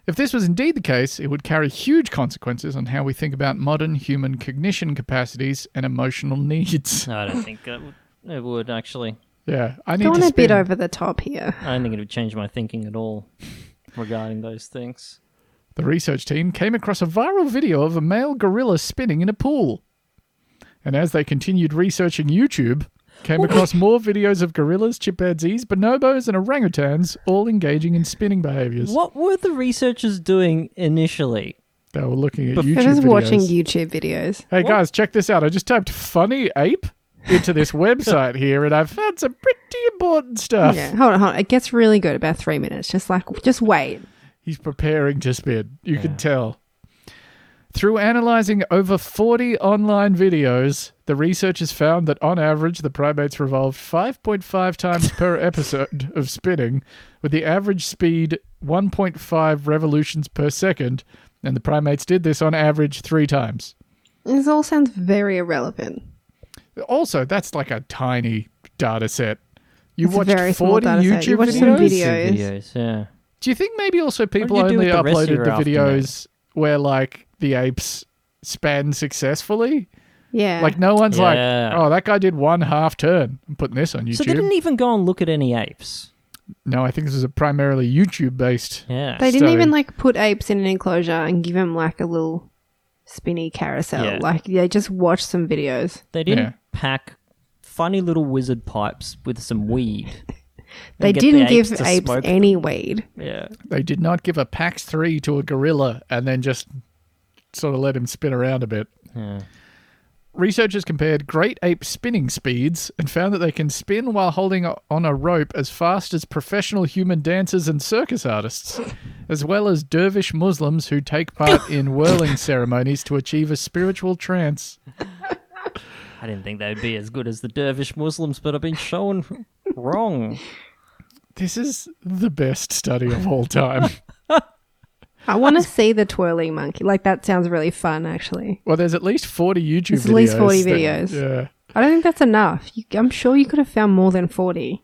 S1: If this was indeed the case, it would carry huge consequences on how we think about modern human cognition capacities and emotional needs.
S2: No, I don't think it would, it would actually.
S1: Yeah, I need
S3: Going
S1: to
S3: a
S1: spin.
S3: bit over the top here.
S2: I don't think it would change my thinking at all regarding those things.
S1: The research team came across a viral video of a male gorilla spinning in a pool. And as they continued researching YouTube,
S3: Oh
S1: came across more videos of gorillas, chimpanzees, bonobos, and orangutans all engaging in spinning behaviors.
S2: What were the researchers doing initially?
S1: They were looking at
S3: I
S1: YouTube
S3: was
S1: videos.
S3: watching YouTube videos.
S1: hey guys, check this out. I just typed funny ape into this website here and I've found some pretty important stuff.
S3: Yeah, hold on, hold on. It gets really good about three minutes. Just like, just wait.
S1: He's preparing to spin. You can tell. Through analyzing over 40 online videos, the researchers found that on average the primates revolved 5.5 times per episode of spinning, with the average speed 1.5 revolutions per second, and the primates did this on average 3 times.
S3: This all sounds very irrelevant.
S1: Also, that's like a tiny data set. You
S3: It's a
S1: watched
S3: very
S1: 40
S3: small data
S1: YouTube
S3: set. You watched
S1: videos?
S3: some video-
S2: Videos,
S3: Videos.
S2: yeah.
S1: Do you think maybe also people
S2: you do
S1: only
S2: with the rest of
S1: uploaded
S2: your
S1: the
S2: afternoon?
S1: videos where like the apes span successfully?
S3: Yeah.
S1: Like no one's
S2: Yeah.
S1: like, oh, that guy did one half turn. I'm putting this on YouTube.
S2: So they didn't even go and look at any apes.
S1: no, I think this is a primarily YouTube based.
S2: Yeah.
S3: they didn't
S1: so-
S3: even like put apes in an enclosure and give them like a little spinny carousel.
S2: Yeah.
S3: Like they just watched some videos.
S2: They didn't
S1: Yeah.
S2: pack funny little wizard pipes with some weed.
S3: They
S2: get the
S3: didn't
S2: apes
S3: give
S2: to
S3: apes
S2: smoke
S3: any weed.
S2: Yeah.
S1: They did not give a Pax three to a gorilla and then just sort of let him spin around a bit.
S2: Yeah.
S1: Researchers compared great ape spinning speeds and found that they can spin while holding o- on a rope as fast as professional human dancers and circus artists, as well as dervish Muslims who take part in whirling ceremonies to achieve a spiritual trance.
S2: I didn't think they'd be as good as the dervish Muslims, but I've been shown wrong.
S1: This is the best study of all time.
S3: I want to see the twirling monkey. Like that sounds really fun, actually.
S1: Well, there's at least 40 YouTube
S3: There's
S1: videos.
S3: at least 40
S1: that-
S3: videos.
S1: yeah.
S3: I don't think that's enough. You, I'm sure you could have found more than 40.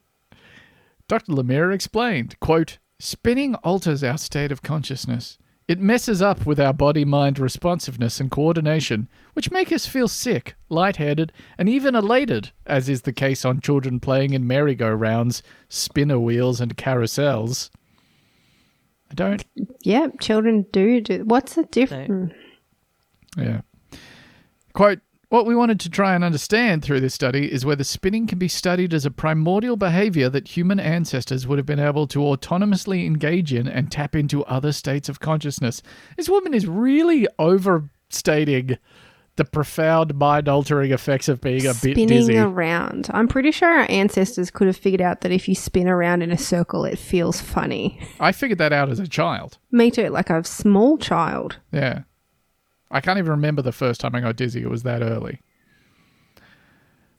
S1: Dr. Lemire explained, quote, Spinning alters our state of consciousness. It messes up with our body mind responsiveness and coordination, which make us feel sick, lightheaded, and even elated, as is the case on children playing in merry-go-rounds, spinner wheels, and carousels. I don't.
S3: Yep, children do do. What's the difference?
S1: Yeah. Quote What we wanted to try and understand through this study is whether spinning can be studied as a primordial behavior that human ancestors would have been able to autonomously engage in and tap into other states of consciousness. This woman is really overstating the profound mind altering effects of being a bit
S3: Spinning
S1: dizzy.
S3: around. I'm pretty sure our ancestors could have figured out that if you spin around in a circle, it feels funny.
S1: I figured that out as a child.
S3: Me too, like a small child.
S1: Yeah. I can't even remember the first time I got dizzy. It was that early.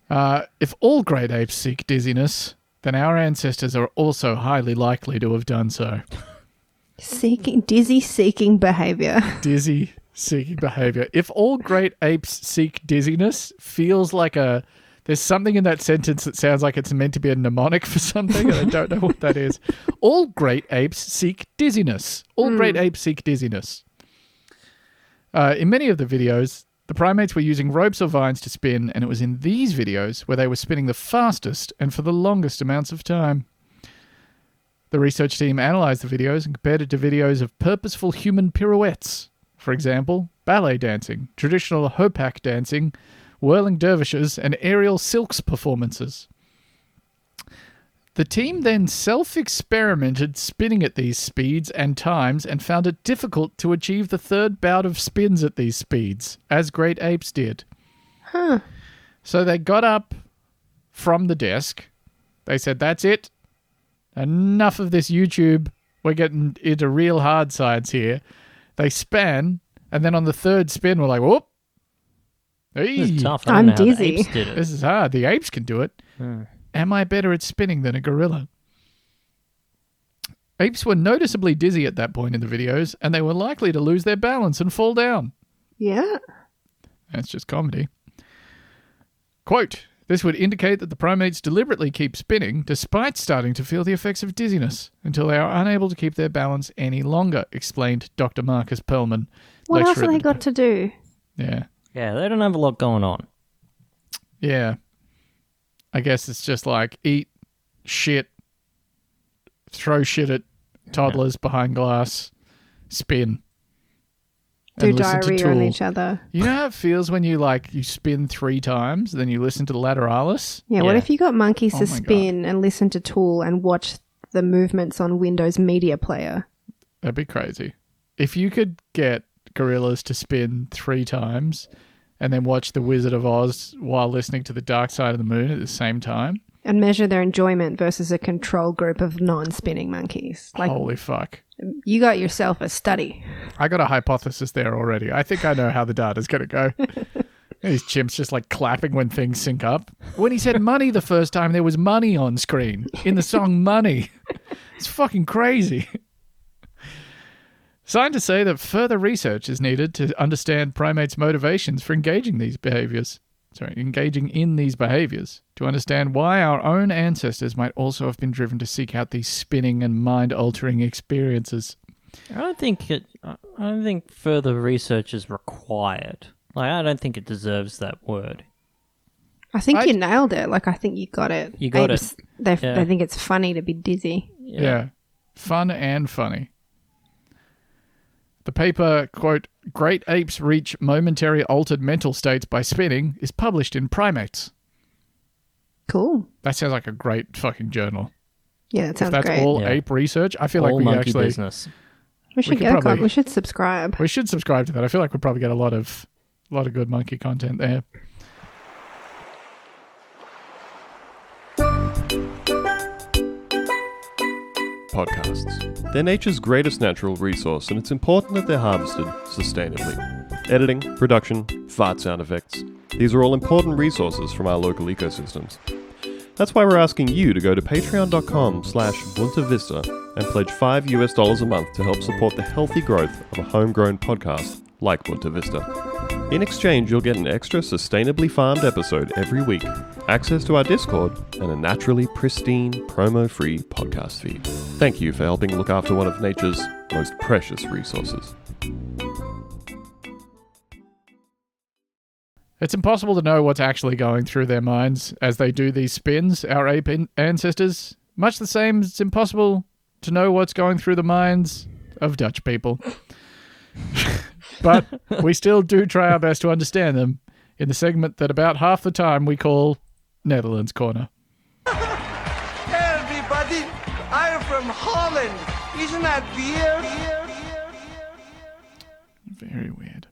S1: Uh, if all great apes seek dizziness, then our ancestors are also highly likely to have done so.
S3: Seeking, dizzy seeking behavior.
S1: Dizzy seeking behavior. If all great apes seek dizziness, feels like a There's something in that sentence that sounds like it's meant to be a mnemonic for something, and I don't know what that is. All great apes seek dizziness. All great apes seek dizziness. Uh, in many of the videos, the primates were using ropes or vines to spin, and it was in these videos where they were spinning the fastest and for the longest amounts of time. The research team analyzed the videos and compared it to videos of purposeful human pirouettes. For example, ballet dancing, traditional hopak dancing, whirling dervishes, and aerial silks performances. The team then self experimented spinning at these speeds and times and found it difficult to achieve the third bout of spins at these speeds, as great apes did. So they got up from the desk. They said, That's it. Enough of this YouTube. We're getting into real hard sides here. They span, and then on the third spin, we're like, Whoop.
S2: This
S1: Hey.
S2: is tough. I don't
S3: I'm
S2: know how the
S3: dizzy.
S2: apes did it.
S1: This is hard. The apes can do it. Am I better at spinning than a gorilla? Apes were noticeably dizzy at that point in the videos, and they were likely to lose their balance and fall down.
S3: Yeah.
S1: That's just comedy. Quote This would indicate that the primates deliberately keep spinning despite starting to feel the effects of dizziness until they are unable to keep their balance any longer, explained Dr. Marcus Perlman.
S3: What else have
S1: lecturer at
S3: they
S1: the-
S3: got to do?
S1: Yeah.
S2: Yeah, they don't have a lot going on.
S1: Yeah. I guess it's just like eat shit, throw shit at toddlers behind glass, spin.
S3: Do
S1: and listen to
S3: diarrhea on
S1: Tool.
S3: each other.
S1: You know how it feels when you like you spin three times, then you listen to Lateralis?
S3: Yeah, What
S2: Yeah.
S3: if you got monkeys
S1: Oh
S3: to
S1: my God.
S3: spin and listen to Tool and watch the movements on Windows Media Player?
S1: That'd be crazy. If you could get gorillas to spin three times and then watch The Wizard of Oz while listening to The Dark Side of the Moon at the same time,
S3: and measure their enjoyment versus a control group of non-spinning monkeys. Like
S1: holy fuck.
S3: you got yourself a study.
S1: I got a hypothesis there already. I think I know how the data's going to go. These chimps just like clapping when things sync up. When he said money the first time, there was money on screen in the song Money. It's fucking crazy. Scientists say that further research is needed to understand primates' motivations for engaging these behaviors. Sorry, engaging in these behaviors to understand why our own ancestors might also have been driven to seek out these spinning and mind altering experiences.
S2: I don't think it. I I don't think further research is required. Like, I don't think it deserves that word.
S3: I think
S1: I-
S3: you nailed it. Like I think you got it.
S2: You got
S3: Apes, They,
S2: Yeah.
S3: they think it's funny to be dizzy.
S1: Yeah. Fun and funny. The paper, quote, Great apes reach momentary altered mental states by spinning, is published in Primates.
S3: Cool.
S1: That sounds like a great fucking journal.
S3: Yeah, that
S1: if
S3: sounds
S1: that's
S3: great.
S1: all
S2: Yeah.
S1: ape research, I feel
S2: All
S1: like we
S2: monkey
S1: actually
S2: business.
S3: we should
S1: could
S3: go.
S1: probably-
S3: Probably... We should subscribe.
S1: we should subscribe to that. I feel like we'll probably get a lot of a lot of good monkey content there.
S5: podcasts. They're nature's greatest natural resource, and it's important that they're harvested sustainably. Editing, production, fart sound effects. These are all important resources from our local ecosystems. That's why we're asking you to go to patreon.com slash Bunta Vista and pledge 5 US dollars a month to help support the healthy growth of a homegrown podcast like Bunta Vista. In exchange, you'll get an extra sustainably farmed episode every week, access to our Discord, and a naturally pristine, promo free podcast feed. Thank you for helping look after one of nature's most precious resources.
S1: It's impossible to know what's actually going through their minds as they do these spins, our ape in- ancestors. Much the same, as it's impossible to know what's going through the minds of Dutch people. but we still do try our best to understand them in the segment that about half the time we call Netherlands Corner.
S6: Everybody, I'm from Holland. Isn't that beer?
S1: Very weird.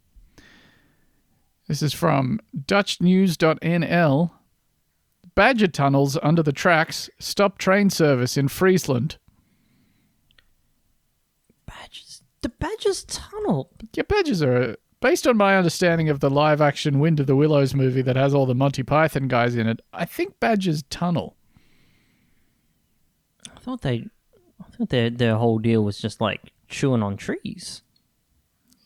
S1: This is from DutchNews.nl. Badger tunnels under the tracks stop train service in Friesland.
S2: Badgers. The Badgers tunnel.
S1: Yeah, badges are based on my understanding of the live action Wind of the Willows movie that has all the Monty Python guys in it. I think Badger's tunnel.
S2: I thought they. I thought their their whole deal was just like chewing on trees.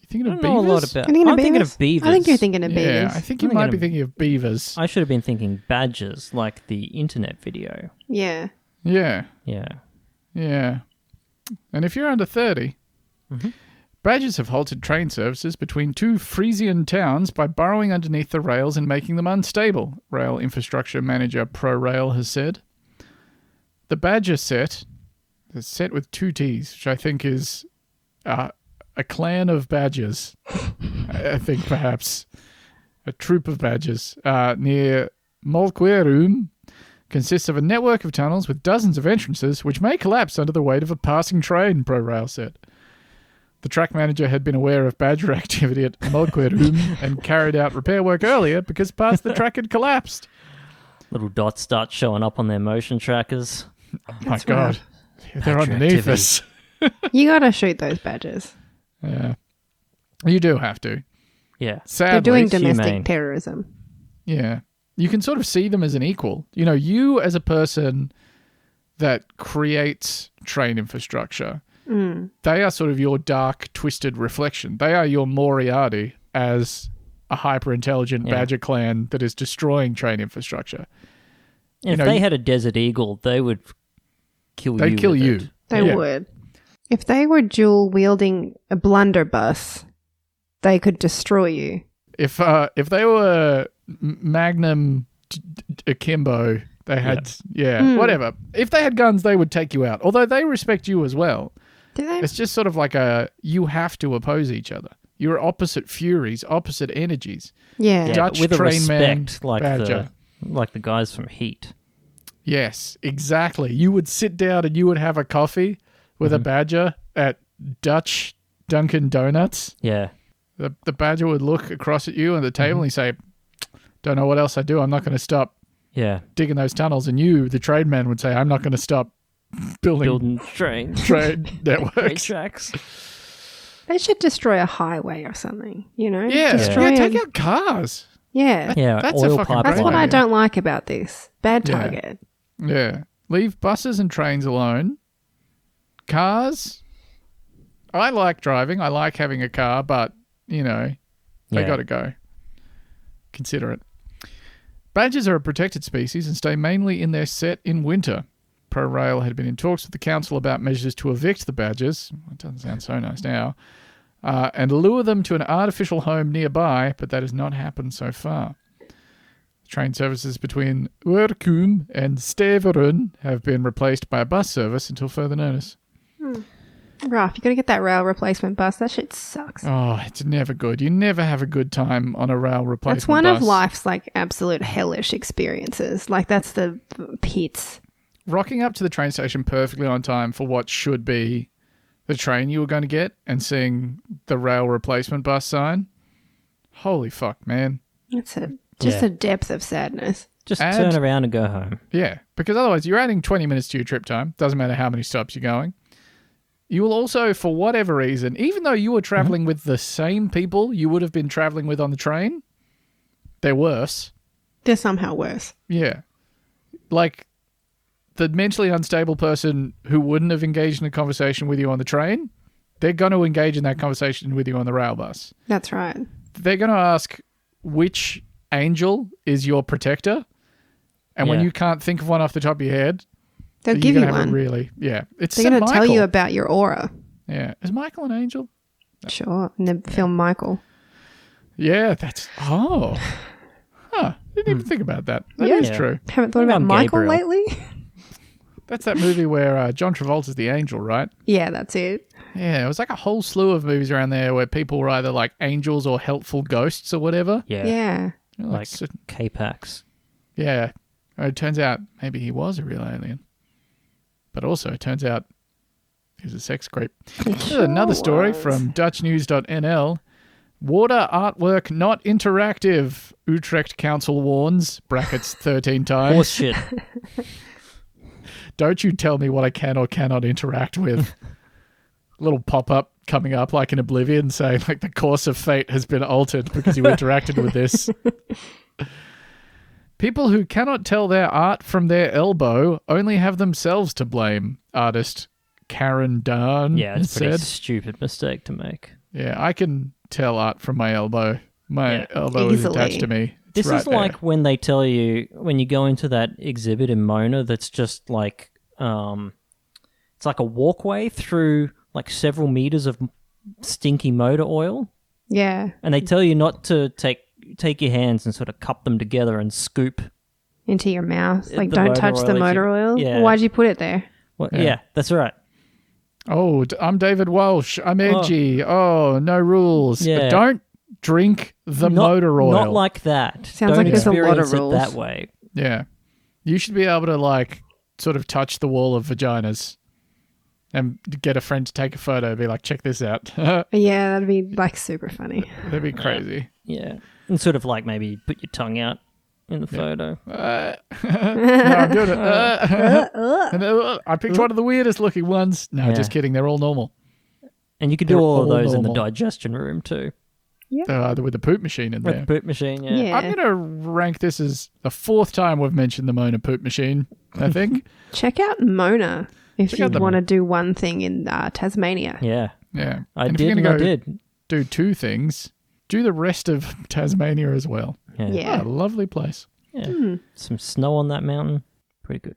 S1: You Thinking
S2: I
S1: of
S2: don't
S1: beavers?
S2: know a lot about.
S3: Thinking
S2: I'm
S3: of
S2: thinking
S3: beavers?
S2: of beavers.
S3: I think you're thinking of
S1: Yeah,
S3: beavers.
S1: I think you
S2: I'm
S1: might
S2: thinking
S1: be
S2: of-
S1: thinking of beavers.
S2: I should have been thinking badges, like the internet video.
S3: yeah.
S1: Yeah,
S2: Yeah.
S1: yeah. And if you're under 30, badgers have halted train services between two Frisian towns by burrowing underneath the rails and making them unstable, rail infrastructure manager ProRail has said. The badger set, the set with two T's, which I think is uh, a clan of badgers, I I think perhaps, a troop of badgers, uh, near Molquerum consists of a network of tunnels with dozens of entrances, which may collapse under the weight of a passing train, ProRail said. The track manager had been aware of badger activity at Molquerum and carried out repair work earlier because parts of the track had collapsed.
S2: Little dots start showing up on their motion trackers.
S1: My God, they're underneath
S2: activity.
S1: us.
S3: You got to shoot those badgers.
S1: Yeah. You do have to.
S2: Yeah.
S1: Sadly,
S3: They're doing domestic
S2: humane.
S3: terrorism.
S1: Yeah. You can sort of see them as an equal. You know, you as a person that creates train infrastructure, they are sort of your dark, twisted reflection. They are your Moriarty as a hyper intelligent
S2: Yeah.
S1: badger clan that is destroying train infrastructure.
S2: If
S1: know,
S2: they
S1: you-
S2: had a desert eagle, they would kill you.
S1: They'd kill
S2: with
S1: you.
S2: it.
S3: They
S1: Yeah.
S3: would. If they were dual wielding a blunderbuss, they could destroy you.
S1: If uh, if they were m- Magnum d- d- akimbo, they had yeah, whatever. If they had guns, they would take you out. Although they respect you as well.
S3: Do they?
S1: It's just sort of like a you have to oppose each other. You're opposite furies, opposite energies.
S3: Yeah.
S2: Yeah,
S1: Dutch
S2: but with a
S1: train man
S2: respect like
S1: badger.
S2: the like the guys from Heat.
S1: Yes, exactly. You would sit down and you would have a coffee with a badger at Dutch Dunkin' Donuts.
S2: Yeah.
S1: The, the badger would look across at you at the table and say, Don't know what else I do. I'm not going to stop
S2: Yeah.
S1: digging those tunnels. And you, the trade man, would say, I'm not going to stop building
S2: Building train
S1: trade
S2: train
S1: networks.
S2: tracks.
S3: They should destroy a highway or something, you know?
S1: Yeah,
S3: Destroy
S1: yeah, take
S3: an-
S1: out cars.
S3: yeah.
S2: Yeah.
S1: That's a
S2: oil
S1: fucking
S3: That's
S1: great
S3: what I
S1: idea.
S3: don't like about this. Bad
S1: Yeah.
S3: target.
S1: Yeah. Leave buses and trains alone. Cars. I like driving. I like having a car, but, you know, they
S2: Yeah.
S1: got to go. Consider it. Badgers are a protected species and stay mainly in their set in winter. ProRail had been in talks with the council about measures to evict the badgers. That doesn't sound so nice now. Uh, and lure them to an artificial home nearby, but that has not happened so far. Train services between Urkum and Steverun have been replaced by a bus service until further notice.
S3: Ralph, you got to get that rail replacement bus. That shit sucks.
S1: Oh, it's never good. You never have a good time on a rail replacement
S3: That's one of
S1: bus.
S3: life's like absolute hellish experiences. Like that's the pits.
S1: Rocking up to the train station perfectly on time for what should be the train you were going to get and seeing the rail replacement bus sign. Holy fuck, man.
S3: It's a just
S2: Yeah.
S3: a depth of sadness.
S2: Just
S1: And-
S2: turn around and go home.
S1: Yeah, because otherwise you're adding 20 minutes to your trip time. Doesn't matter how many stops you're going. You will also, for whatever reason, even though you were traveling with the same people you would have been traveling with on the train, they're worse.
S3: They're somehow worse.
S1: Yeah. Like the mentally unstable person who wouldn't have engaged in a conversation with you on the train, they're going to engage in that conversation with you on the rail bus.
S3: That's right.
S1: They're going to ask which angel is your protector. And when
S2: Yeah.
S1: you can't think of one off the top of your head,
S3: They'll
S1: you're
S3: give you
S1: gonna have
S3: one.
S1: a really yeah. It's
S3: They're going to
S1: Saint
S3: tell
S1: Michael.
S3: you about your aura.
S1: yeah. Is Michael an angel?
S3: Sure. In the film Michael.
S1: Yeah, that's oh. Huh. Didn't even think about that. That is
S3: Yeah.
S2: Yeah.
S1: true.
S3: Haven't thought about
S2: I'm
S3: Michael
S2: Gabriel.
S3: lately?
S1: That's that movie where uh, John Travolta's the angel, right?
S3: yeah, that's it.
S1: Yeah, it was like a whole slew of movies around there where people were either like angels or helpful ghosts or whatever.
S2: Yeah.
S3: Yeah.
S1: You're
S2: Like
S1: "So-
S2: K packs.
S1: yeah. Oh, it turns out maybe he was a real alien, but also it turns out he was a sex creep. Here's another story from DutchNews.nl. Water artwork not interactive. Utrecht Council warns. Brackets thirteen
S2: Horse
S1: times.
S2: shit.
S1: Don't you tell me what I can or cannot interact with. Little pop up coming up like in Oblivion saying like the course of fate has been altered because you interacted with this. People who cannot tell their art from their elbow only have themselves to blame. Artist Karen Dunn
S2: Yeah, it's a pretty
S1: said.
S2: stupid mistake to make.
S1: Yeah, I can tell art from my elbow. My
S2: Yeah.
S1: elbow is
S3: Easily.
S1: attached to me. It's
S2: This
S1: right
S2: is like
S1: there.
S2: when they tell you when you go into that exhibit in Mona that's just like um it's like a walkway through like several meters of stinky motor oil
S3: Yeah.
S2: and they tell you not to take take your hands and sort of cup them together and scoop
S3: Into your mouth.
S2: Uh,
S3: Like,
S2: the
S3: don't
S2: motor
S3: touch
S2: oil
S3: the
S2: if you-
S3: motor oil.
S2: yeah.
S3: Why'd you put it there?
S2: Well,
S1: Yeah.
S2: yeah. that's right.
S1: Oh, d- I'm David Walsh. I'm edgy. Oh, no rules. But
S2: Yeah.
S1: Don't drink the
S2: Not-
S1: motor oil.
S2: Not like that.
S3: Sounds
S2: Don't
S3: like there's a lot of
S2: experience
S3: rules.
S2: it that way.
S1: yeah. You should be able to like sort of touch the wall of vaginas and get a friend to take a photo and be like, check this out. That'd
S3: Yeah, that'd be like super funny.
S1: be crazy.
S2: Yeah. And sort of like maybe put your tongue out in the photo.
S1: No, I'm doing it. Uh, and, uh, I picked one of the weirdest looking ones. No,
S2: Yeah.
S1: just kidding. They're all normal.
S2: And you could do
S1: They're
S2: all of
S1: all
S2: those in the
S1: normal.
S2: digestion room too.
S1: Uh, with the poop machine in
S2: With
S1: there.
S2: the poop machine, yeah.
S3: Yeah.
S1: I'm going to rank this as the fourth time we've mentioned the Mona poop machine, I think.
S3: Check out Mona if
S1: Check
S3: you
S1: out the-
S3: want to do one thing in uh, Tasmania.
S2: Yeah.
S1: yeah.
S2: I
S1: and if
S2: did
S1: you're
S2: and
S1: going to go
S2: I did.
S1: do two things, do the rest of Tasmania as well.
S2: Yeah.
S3: Yeah.
S1: Ah, lovely place.
S2: Yeah.
S1: Hmm.
S2: Some snow on that mountain. Pretty good.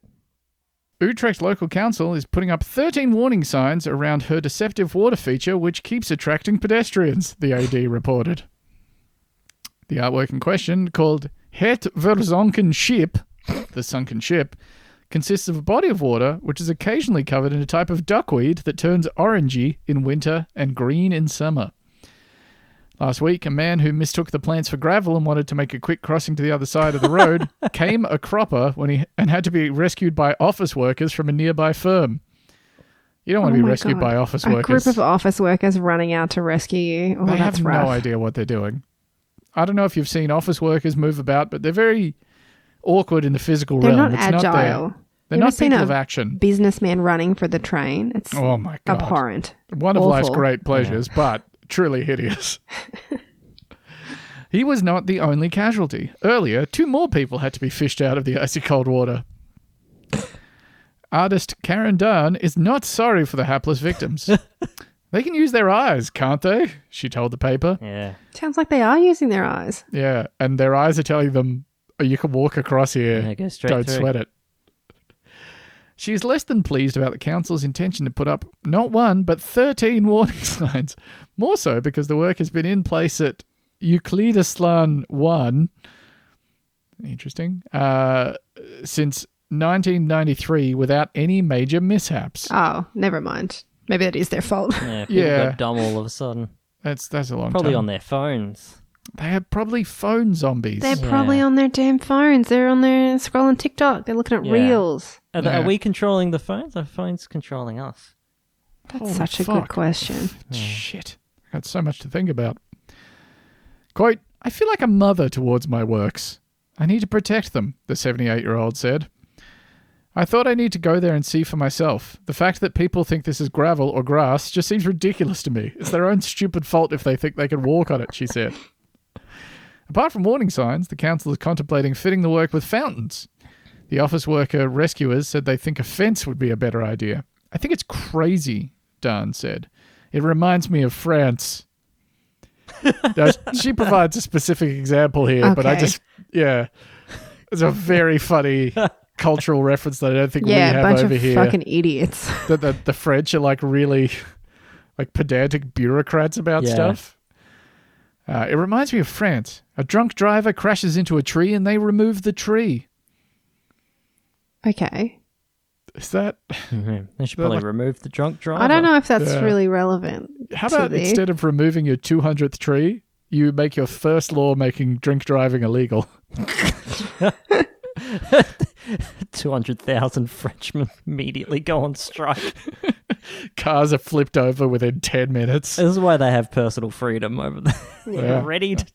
S1: Utrecht local council is putting up 13 warning signs around her deceptive water feature, which keeps attracting pedestrians, the AD reported. The artwork in question, called Het Verzonken Schip, the sunken ship, consists of a body of water which is occasionally covered in a type of duckweed that turns orangey in winter and green in summer. Last week, a man who mistook the plants for gravel and wanted to make a quick crossing to the other side of the road came a cropper when he and had to be rescued by office workers from a nearby firm. You don't want to be rescued by office
S3: Oh a
S1: workers.
S3: group of office workers running out to rescue you. Oh,
S1: they
S3: that's
S1: have
S3: rough.
S1: no idea what they're doing. I don't know if you've seen office workers move about, but they're very awkward in the physical
S3: They're not
S1: realm. it's not their-
S3: agile.
S1: they're
S3: You ever
S1: not
S3: seen
S1: people
S3: a
S1: of action.
S3: Businessman running for the train. It's
S1: Oh my god!
S3: abhorrent.
S1: One of life's
S3: Awful.
S1: great pleasures, but truly hideous. he was not the only casualty. Earlier, two more people had to be fished out of the icy cold water. Artist Karen Dunn is not sorry for the hapless victims. they can use their eyes, can't they? She told the paper.
S2: Yeah.
S3: Sounds like they are using their eyes.
S1: Yeah, and their eyes are telling them, oh, "You can walk across here.
S2: Yeah, go straight
S1: Don't
S2: through."
S1: sweat it." She is less than pleased about the council's intention to put up not one but thirteen warning signs. More so because the work has been in place at Euclidaslan One. Interesting. Uh, since 1993, without any major mishaps.
S3: Oh, never mind. Maybe that is their fault.
S2: Yeah. People
S1: Yeah.
S2: got dumb all of a sudden.
S1: That's that's a long
S2: Probably
S1: time.
S2: on their phones.
S1: they are probably phone zombies.
S3: They're probably on their damn phones. They're on their scrolling TikTok. They're looking at
S2: Yeah.
S3: reels.
S2: Are, th- are
S1: Yeah.
S2: we controlling the phones? Our phones controlling us.
S3: That's
S1: Holy
S3: such a
S1: Oh, fuck.
S3: good question.
S1: Shit. I got so much to think about. Quote, I feel like a mother towards my works. I need to protect them, the 78 year old said. I thought I need to go there and see for myself. The fact that people think this is gravel or grass just seems ridiculous to me. It's their own stupid fault if they think they can walk on it, she said. Apart from warning signs, the council is contemplating fitting the work with fountains. The office worker rescuers said they think a fence would be a better idea. I think it's crazy, Darn said. It reminds me of France. Now, she provides a specific example here, but I
S3: Okay.
S1: just, yeah. It's a very funny cultural reference that I don't think we
S3: Yeah, a
S1: have
S3: bunch
S1: over
S3: of
S1: here.
S3: fucking idiots.
S1: That the, the French are like really like pedantic bureaucrats about
S2: Yeah.
S1: stuff. Uh, it reminds me of France. A drunk driver crashes into a tree and they remove the tree.
S3: okay.
S1: Is that
S2: Mhm. They should
S1: They're
S2: probably
S1: like-
S2: remove the drunk driver.
S3: I don't know if that's
S1: Yeah.
S3: really relevant.
S1: how
S3: to
S1: about
S3: the-
S1: instead of removing your two hundredth tree, you make your first law making drink driving illegal?
S2: 200,000 Frenchmen immediately go on strike.
S1: Cars are flipped over within ten minutes.
S3: Uh,
S2: This is why they have personal freedom over there. They're
S1: Yeah.
S2: ready to,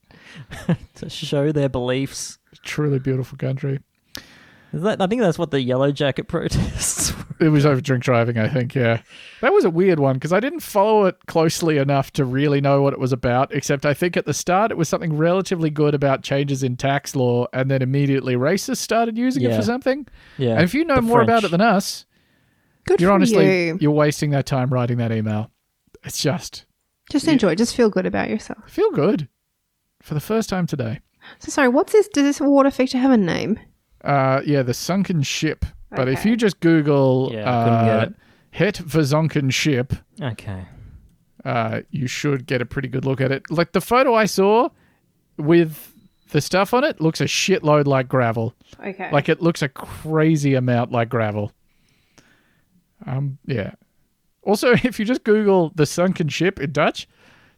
S2: to show their beliefs.
S1: Truly beautiful country.
S2: Is that- I think that's what the Yellow Jacket protests were.
S1: It was over drink driving, I think. Yeah, that was a weird one because I didn't follow it closely enough to really know what it was about. Except I think at the start it was something relatively good about changes in tax law, and then immediately racists started using it
S2: Yeah.
S1: for something.
S2: Yeah.
S1: And if you know
S2: the
S1: more about it
S2: French.
S1: than us,
S3: Good
S1: you're
S3: for
S1: honestly
S3: you.
S1: you. are wasting that time writing that email. It's just
S3: Just enjoy. Just feel good about yourself.
S1: I feel good for the first time today.
S3: So sorry, what's this? Does this water feature have a name?
S1: Uh, yeah, the sunken ship. But if
S3: Okay.
S1: you just Google
S2: Yeah, I couldn't
S1: uh,
S2: get it.
S1: Het verzonken ship,
S2: Okay.
S1: uh, you should get a pretty good look at it. Like the photo I saw with the stuff on it looks a shitload like gravel.
S3: Okay.
S1: Like it looks a crazy amount like gravel. Um, yeah. Also, if you just Google the sunken ship in Dutch,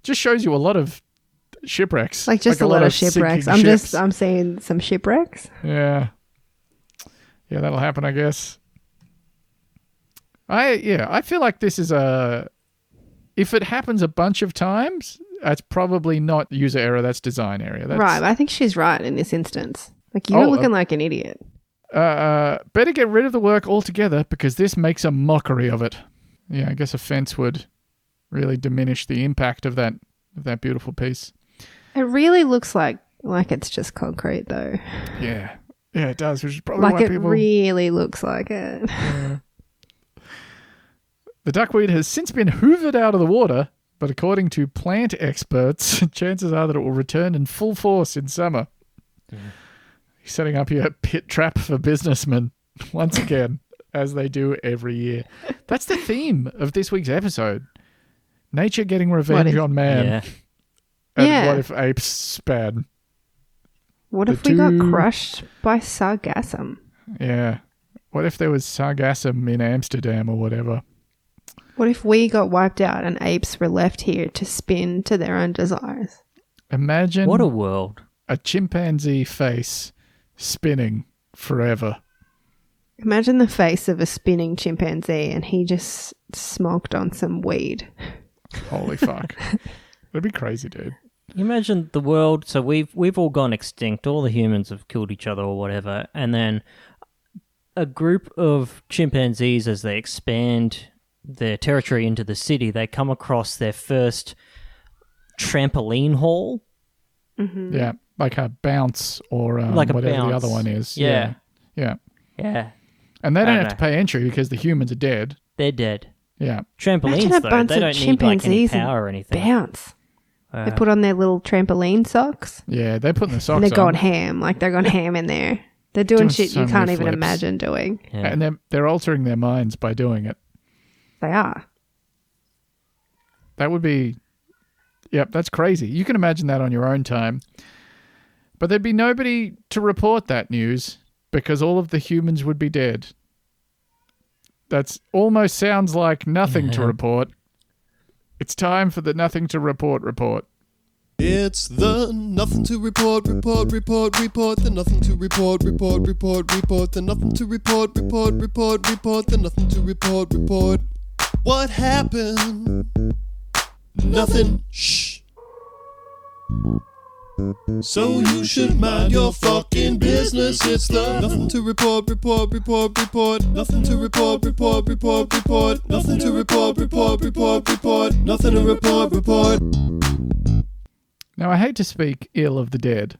S1: just shows you a lot of shipwrecks.
S3: like just a, lot, of shipwrecks.
S1: sinking
S3: I'm just
S1: ships.
S3: I'm seeing some shipwrecks.
S1: Yeah. Yeah, that'll happen, I guess. I yeah, I feel like this is a if it happens a bunch of times, that's probably not user error, that's design error. That's
S3: right, but I think she's right in this instance. Like you're
S1: Oh,
S3: looking
S1: uh,
S3: like an idiot.
S1: uh, better get rid of the work altogether because this makes a mockery of it. Yeah, I guess a fence would really diminish the impact of that of that beautiful piece.
S3: It really looks like like it's just concrete though.
S1: Yeah. Yeah, it does, which is probably
S3: Like
S1: why
S3: it
S1: Oh, people
S3: really looks like it.
S1: The duckweed has since been hoovered out of the water, but according to plant experts, chances are that it will return in full force in summer.
S2: Mm-hmm.
S1: Setting up your pit trap for businessmen once again, as they do every year. That's the theme of this week's episode nature getting revenge
S3: if-
S1: on man.
S2: Yeah.
S1: And
S3: Yeah.
S1: what if apes span?
S3: What
S1: The
S3: if we got
S1: two-
S3: crushed by sargassum?
S1: Yeah. What if there was sargassum in Amsterdam or whatever?
S3: What if we got wiped out and apes were left here to spin to their own desires?
S1: Imagine
S2: What a world.
S1: a chimpanzee face spinning forever.
S3: Imagine the face of a spinning chimpanzee and he just smoked on some weed.
S1: Holy fuck. That'd be crazy, dude.
S2: You imagine the world. So we've we've all gone extinct. All the humans have killed each other or whatever, and then a group of chimpanzees, as they expand their territory into the city, they come across their first trampoline hall,
S1: Yeah. Like a bounce or um,
S2: like a
S1: whatever
S2: bounce.
S1: the other one is.
S2: Yeah,
S1: Yeah. Yeah.
S2: yeah.
S1: And they don't
S2: don't
S1: have to pay entry because the humans are dead.
S2: They're dead.
S1: Yeah.
S2: Trampolines,
S3: Imagine a
S2: though,
S3: bunch
S2: they
S3: of
S2: don't need like any
S3: chimpanzees and
S2: power or anything.
S3: Bounce. they put on their little trampoline socks
S1: Yeah. They're putting the socks
S3: and they're
S1: on.
S3: going ham. Like they're going ham in there. They're doing,
S1: Doing
S3: shit
S1: so
S3: you
S1: many
S3: can't even
S1: flips.
S3: imagine doing.
S2: Yeah.
S1: And they're, they're altering their minds by doing it.
S3: They are.
S1: That would be. Yep. That's crazy. You can imagine that on your own time. But there'd be nobody to report that news because all of the humans would be dead. That's almost sounds like nothing to report. It's time for the nothing to report report.
S7: It's the nothing to report, report, report, report, the nothing to report, report, report, report, the nothing to report, report, report, report, the nothing to report, report. What happened? Nothing. Shh. So you should mind your fucking business. It's the nothing to report, report, report, report, nothing to report, report, report, report, nothing to report, report, report, report, nothing to report, report.
S1: Now, I hate to speak ill of the dead,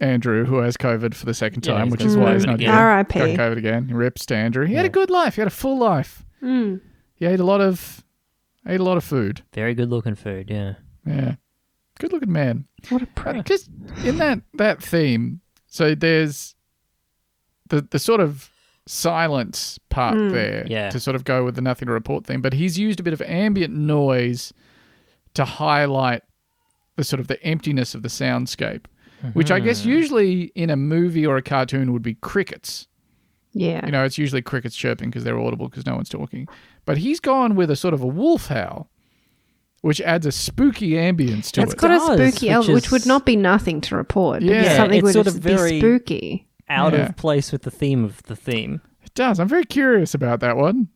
S1: Andrew, who has COVID for the second
S2: Yeah,
S1: time,
S2: he's
S1: which
S2: got
S1: is why he's
S2: COVID
S1: not
S2: again.
S1: here.
S3: R.I.P..
S1: Got COVID again. Rips to Andrew. He had a good life. He had a full life. He ate a lot of, ate a lot of food.
S2: Very good looking food. Yeah.
S1: Yeah, good looking man.
S3: What a
S1: Uh,
S3: prick.
S1: Just in that that theme. So there's the the sort of silence part there
S2: Yeah.
S1: to sort of go with the nothing to report theme, but he's used a bit of ambient noise to highlight the sort of the emptiness of the soundscape, which I guess usually in a movie or a cartoon would be crickets.
S3: Yeah.
S1: You know, it's usually crickets chirping because they're audible because no one's talking. But he's gone with a sort of a wolf howl, which adds a spooky ambience to
S3: It's
S1: it.
S3: got
S2: does,
S3: a spooky
S2: which
S3: element, which would
S2: is-
S3: not be nothing to report.
S1: Yeah.
S3: because
S1: Yeah,
S3: something
S2: it's
S3: would
S2: sort
S3: just
S2: of
S3: be
S2: very-
S3: spooky.
S2: Out
S1: Yeah.
S2: of place with the theme of the theme.
S1: It does. I'm very curious about that one.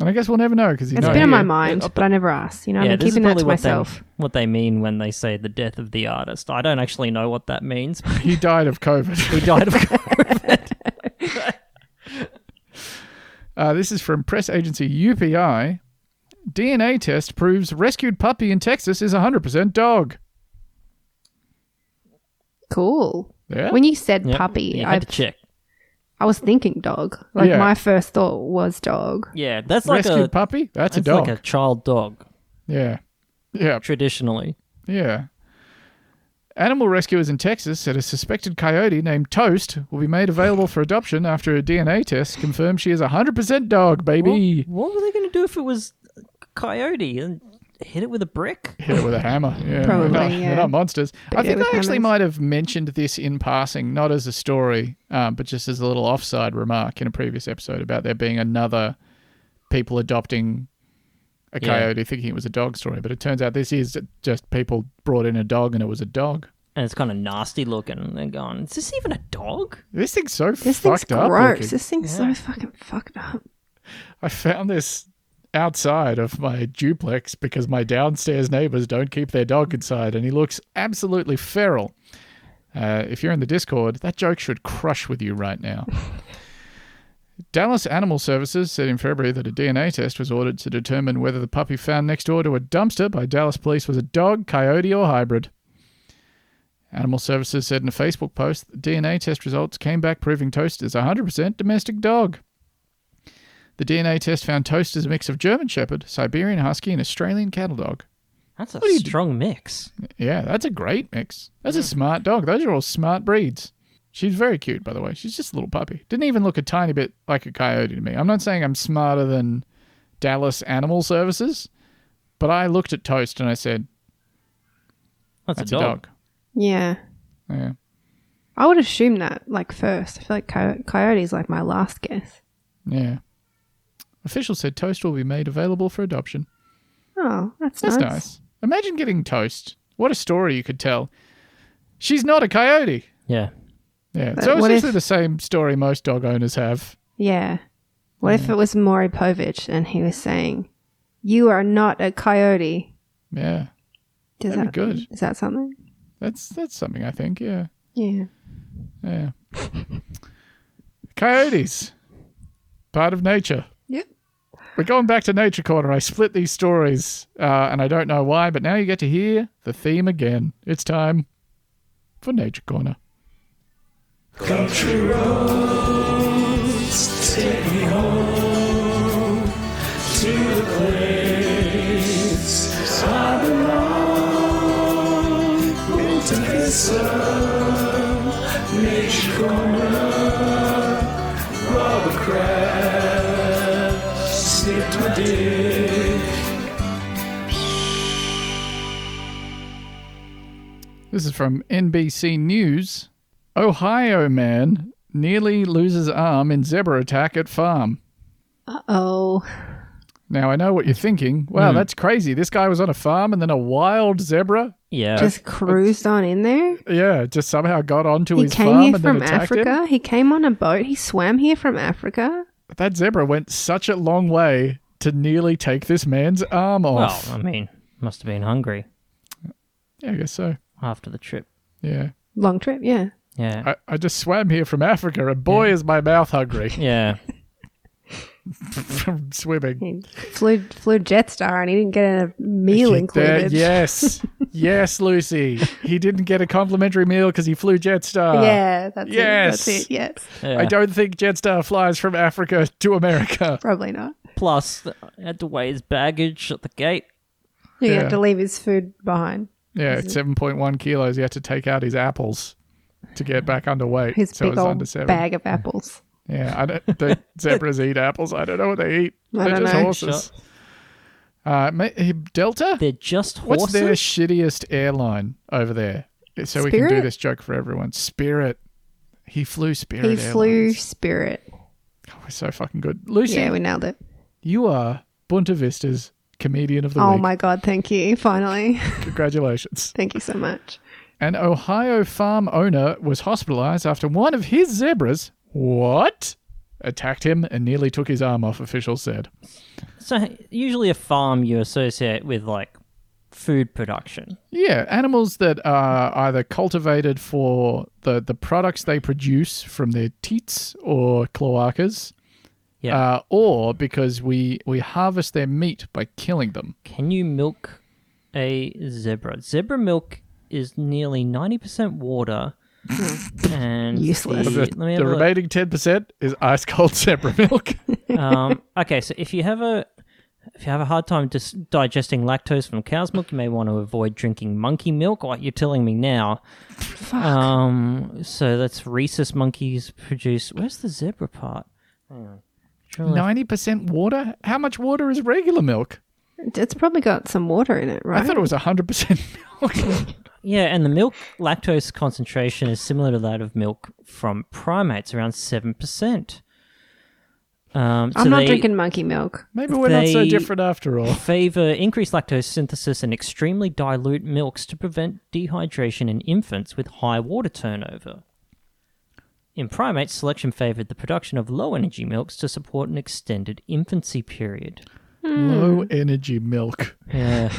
S1: And I guess we'll never know because he's
S3: It's
S1: not
S3: been on my
S1: here.
S3: mind, but I never asked. You know, I've been keeping that to
S2: what they,
S3: myself.
S2: what they mean when they say the death of the artist. I don't actually know what that means. but
S1: He died of COVID.
S2: He died of
S1: Uh, this is from press agency UPI. DNA test proves rescued puppy in Texas is 100% dog.
S3: Cool.
S1: Yeah.
S3: When you said
S2: Yep,
S3: puppy,
S2: You
S3: I,
S2: had to check.
S3: I was thinking dog. Like
S1: Yeah.
S3: my first thought was dog.
S2: Yeah, that's like
S1: rescued
S2: a
S1: puppy? That's a
S2: that's
S1: dog.
S2: like a child dog.
S1: Yeah. Yeah.
S2: traditionally.
S1: Yeah. Animal rescuers in Texas said a suspected coyote named Toast will be made available for adoption after a DNA test confirms she is 100% dog, baby.
S2: What were they going to do if it was a coyote and hit it with a brick?
S1: Hit it with a hammer. Yeah,
S3: Probably,
S1: They're not,
S3: yeah.
S1: they're not monsters. I
S3: yeah,
S1: think I
S3: with
S1: actually
S3: hammers.
S1: might have mentioned this in passing, not as a story, um, but just as a little offside remark in a previous episode about there being another people adopting a
S2: Yeah.
S1: coyote thinking it was a dog story. But it turns out this is just people brought in a dog and it was a dog.
S2: And it's kind of nasty looking. And they're going, is this even a dog?
S1: This thing's so
S3: This thing's
S1: fucked up.
S3: gross.
S1: looking.
S3: This thing's
S2: Yeah.
S3: so fucking fucked up.
S1: I found this outside of my duplex because my downstairs neighbors don't keep their dog inside and he looks absolutely feral. Uh, if you're in the Discord, that joke should crush with you right now. Dallas Animal Services said in February that a DNA test was ordered to determine whether the puppy found next door to a dumpster by Dallas police was a dog, coyote, or hybrid. Animal Services said in a Facebook post that DNA test results came back proving Toast is 100% domestic dog. The DNA test found Toast is a mix of German Shepherd, Siberian Husky, and Australian Cattle Dog.
S2: That's a
S1: do you do?
S2: strong mix.
S1: Yeah, that's a great mix. That's a smart dog. Those are all smart breeds. She's very cute, by the way. She's just a little puppy. Didn't even look a tiny bit like a coyote to me. I'm not saying I'm smarter than Dallas Animal Services, but I looked at Toast and I said,
S2: That's,
S1: that's
S2: a, dog.
S3: Yeah.
S1: Yeah.
S3: I would assume that, like, first. I feel like coy- coyote's like my last guess.
S1: Yeah. Officials said Toast will be made available for adoption.
S3: Oh, that's,
S1: That's
S3: nice.
S1: nice. Imagine getting Toast. What a story you could tell. She's not a coyote.
S2: Yeah.
S1: Yeah,
S3: But
S1: so it's
S3: what if-
S1: essentially the same story most dog owners have.
S3: Yeah. What if it was Maury Povich and he was saying, You are not a coyote?
S1: Yeah,
S3: Does that
S1: That'd be good.
S3: Is that something?
S1: that's that's something I think. Yeah,
S3: Yeah.
S1: yeah. Coyotes, part of nature.
S3: Yep.
S1: We're going back to Nature Corner. I split these stories, uh, and I don't know why, but now you get to hear the theme again. It's time for Nature Corner. This is from NBC News. Ohio man nearly loses arm in zebra attack at farm.
S3: Uh oh.
S1: Now I know what you're thinking.
S2: Hmm.
S1: Wow, that's crazy. This guy was on a farm and then a wild zebra.
S2: Yeah.
S3: Just cruised on in there?
S1: Yeah, just somehow got onto
S3: He
S1: his
S3: came
S1: farm
S3: here
S1: and then
S3: from
S1: attacked him.
S3: Africa. He came on a boat. He swam here from Africa.
S1: That zebra went such a long way to nearly take this man's arm
S2: well, uh,
S1: off.
S2: I mean, must have been hungry
S1: yeah, I guess so.
S2: after the trip.
S1: Yeah.
S3: Long trip, yeah.
S2: Yeah.
S1: I, I just swam here from Africa and boy is my mouth hungry
S2: yeah.
S1: from swimming.
S3: He flew flew Jetstar and he didn't get a meal included.
S1: There- yes. yes, Lucy. He didn't get a complimentary meal because he flew Jetstar.
S3: yeah, that's
S1: Yes.
S3: it. That's it. Yes,
S2: yeah.
S1: I don't think Jetstar flies from Africa to America.
S3: probably not.
S2: Plus, I had to weigh his baggage at the gate.
S3: He
S1: Yeah.
S3: had to leave his food behind.
S1: Yeah, it's seven point one kilos. He had to take out his apples to get back underweight.
S3: His
S1: so
S3: big
S1: it was
S3: old
S1: under seven.
S3: bag of apples.
S1: Yeah, I don't, the zebras eat apples. I don't know what they eat.
S3: I
S1: They're
S3: don't
S1: just
S3: know.
S1: horses. Uh, ma- he- Delta.
S2: They're just horses.
S1: What's their shittiest airline over there? So we can do
S3: Spirit?
S1: this joke for everyone. Spirit. He flew Spirit.
S3: He flew
S1: Airlines.
S3: Spirit.
S1: Oh, we're so fucking good, Lucy.
S3: Yeah, we nailed it.
S1: You are Bunta Vista's comedian of the
S3: Oh
S1: week.
S3: my god! Thank you. Finally,
S1: Congratulations.
S3: thank you so much.
S1: An Ohio farm owner was hospitalized after one of his zebras, what? Attacked him and nearly took his arm off, officials said.
S2: So usually a farm you associate with like food production.
S1: Yeah, animals that are either cultivated for the, the products they produce from their teats or cloacas,
S2: Yeah.
S1: uh, or because we, we harvest their meat by killing them.
S2: Can you milk a zebra? Zebra milk is nearly ninety percent water. and
S3: Useless.
S2: The,
S1: The,
S2: let me
S1: the
S2: have a look.
S1: remaining 10% is ice cold zebra milk.
S2: um, okay, so if you have a If you have a hard time dis- digesting lactose from cow's milk, you may want to avoid drinking monkey milk, like you're telling me now. Um, so that's rhesus monkeys produce. Where's the zebra part? Hang on. Surely-
S1: Ninety percent water. How much water is regular milk?
S3: It's probably got some water in it, right?
S1: I thought it was hundred percent milk.
S2: Yeah, and the milk lactose concentration is similar to that of milk from primates, around 7%. Um, so
S3: I'm not
S2: they
S3: drinking monkey milk.
S1: Maybe we're not so
S2: They-
S1: different after all.
S2: Favor increased lactose synthesis in extremely dilute milks to prevent dehydration in infants with high water turnover. In primates, selection favored the production of low energy milks to support an extended infancy period. Hmm.
S1: Low energy milk.
S2: Yeah.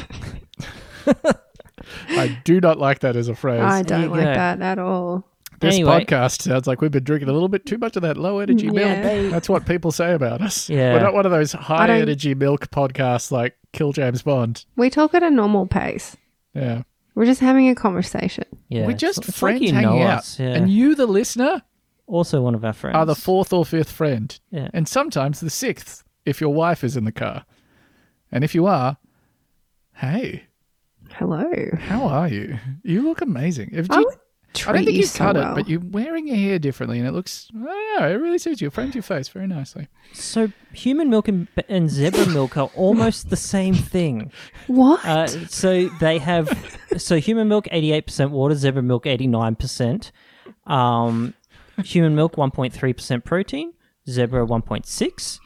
S1: I do not like that as a phrase.
S3: I
S2: There
S3: don't
S2: you
S3: like
S2: go.
S3: that at all.
S1: This
S2: Anyway.
S1: podcast sounds like we've been drinking a little bit too much of that low energy
S3: Yeah.
S1: milk. That's what people say about us.
S2: Mm, Yeah.
S1: We're not one of those
S3: I
S1: high
S3: don't-
S1: energy milk podcasts like Kill James Bond.
S3: We talk at a normal pace.
S1: Yeah.
S3: We're just having a conversation.
S2: yeah.
S1: We're just
S2: It's- it's like
S1: friends
S2: you
S1: hanging
S2: know
S1: out.
S2: us, yeah.
S1: And you, the listener,
S2: also one of our friends.
S1: are the fourth or fifth friend.
S2: Yeah.
S1: And sometimes the sixth if your wife is in the car. And if you are, hey,
S3: Hello.
S1: how are you? You look amazing. If
S3: I
S1: you-
S3: would
S1: I
S3: treat
S1: don't think
S3: you
S1: you
S3: so
S1: cut
S3: well.
S1: it, but you're wearing your hair differently, and it looks, I don't know, it really suits you. Frames your face very nicely.
S2: So human milk and, and zebra milk are almost the same thing.
S3: What?
S2: Uh, so they have so human milk eighty eight percent water, zebra milk eighty nine percent. Um, human milk one point three percent protein, zebra one point six,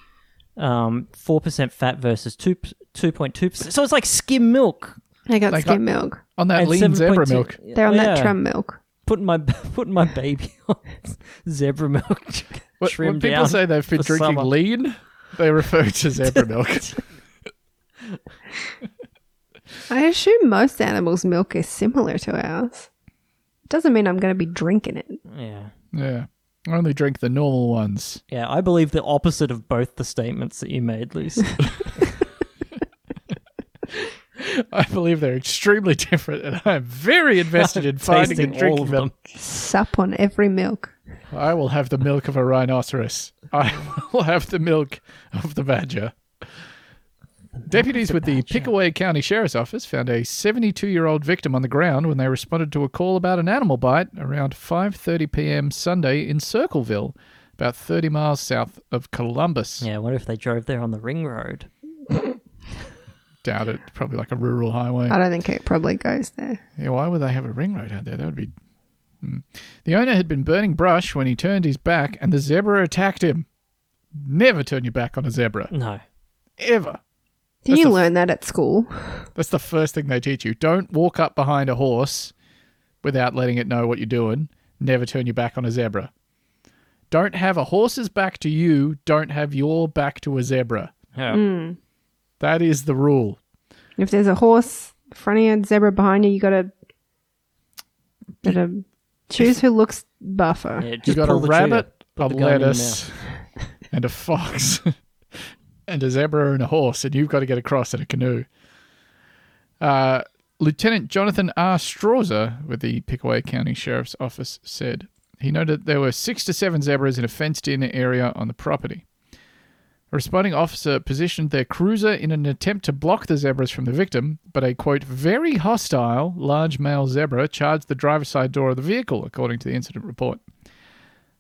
S2: um, four percent fat versus two two point two percent. So it's like skim milk.
S3: they got
S1: like,
S3: skim milk.
S1: On that
S2: and
S1: lean zebra
S2: 7.2
S1: milk.
S3: They're on that
S2: Yeah.
S3: trim milk.
S2: Putting my putting my baby on zebra milk.
S1: When-
S2: trimmed
S1: when people
S2: down
S1: say they've been
S2: for
S1: drinking
S2: summer.
S1: lean, they refer to zebra milk.
S3: I assume most animals' milk is similar to ours. Doesn't mean I'm going to be drinking it.
S2: yeah.
S1: yeah. I only drink the normal ones.
S2: Yeah, I believe the opposite of both the statements that you made, Lucy.
S1: I believe they're extremely different, and I'm very invested in finding and
S2: Tasting all
S1: drinking
S2: of
S1: them.
S2: them.
S3: Sup on every milk.
S1: I will have the milk of a rhinoceros. I will have the milk of the badger. Deputies with the Pickaway County Sheriff's Office found a 72-year-old victim on the ground when they responded to a call about an animal bite around 5:30 p.m. Sunday in Circleville, about 30 miles south of Columbus.
S2: Yeah, I wonder if they drove there on the ring road.
S1: Doubt it. Probably like a rural highway.
S3: I don't think it probably goes there.
S1: Yeah, why would they have a ring road out there? That would be. Hmm. The owner had been burning brush when he turned his back, and the zebra attacked him. Never turn your back on a zebra,
S2: No.
S1: ever.
S3: Did
S1: That's
S3: you
S1: a-
S3: learn that at school?
S1: That's the first thing they teach you. Don't walk up behind a horse without letting it know what you're doing. Never turn your back on a zebra. Don't have a horse's back to you. Don't have your back to a zebra.
S2: Yeah.
S1: That is the rule.
S3: If there's a horse in front of you, and zebra behind you, you got to gotta choose who looks buffer.
S2: Yeah, just
S1: You got a
S2: pull the
S1: rabbit,
S2: trigger.
S1: a
S2: Put the gun in your
S1: lettuce, and a fox, and a zebra and a horse, and you've got to get across in a canoe. Uh, Lieutenant Jonathan R. Strauser with the Pickaway County Sheriff's Office said he noted there were six to seven zebras in a fenced in area on the property. A responding officer positioned their cruiser in an attempt to block the zebras from the victim, but a quote, very hostile large male zebra charged the driver's side door of the vehicle, according to the incident report.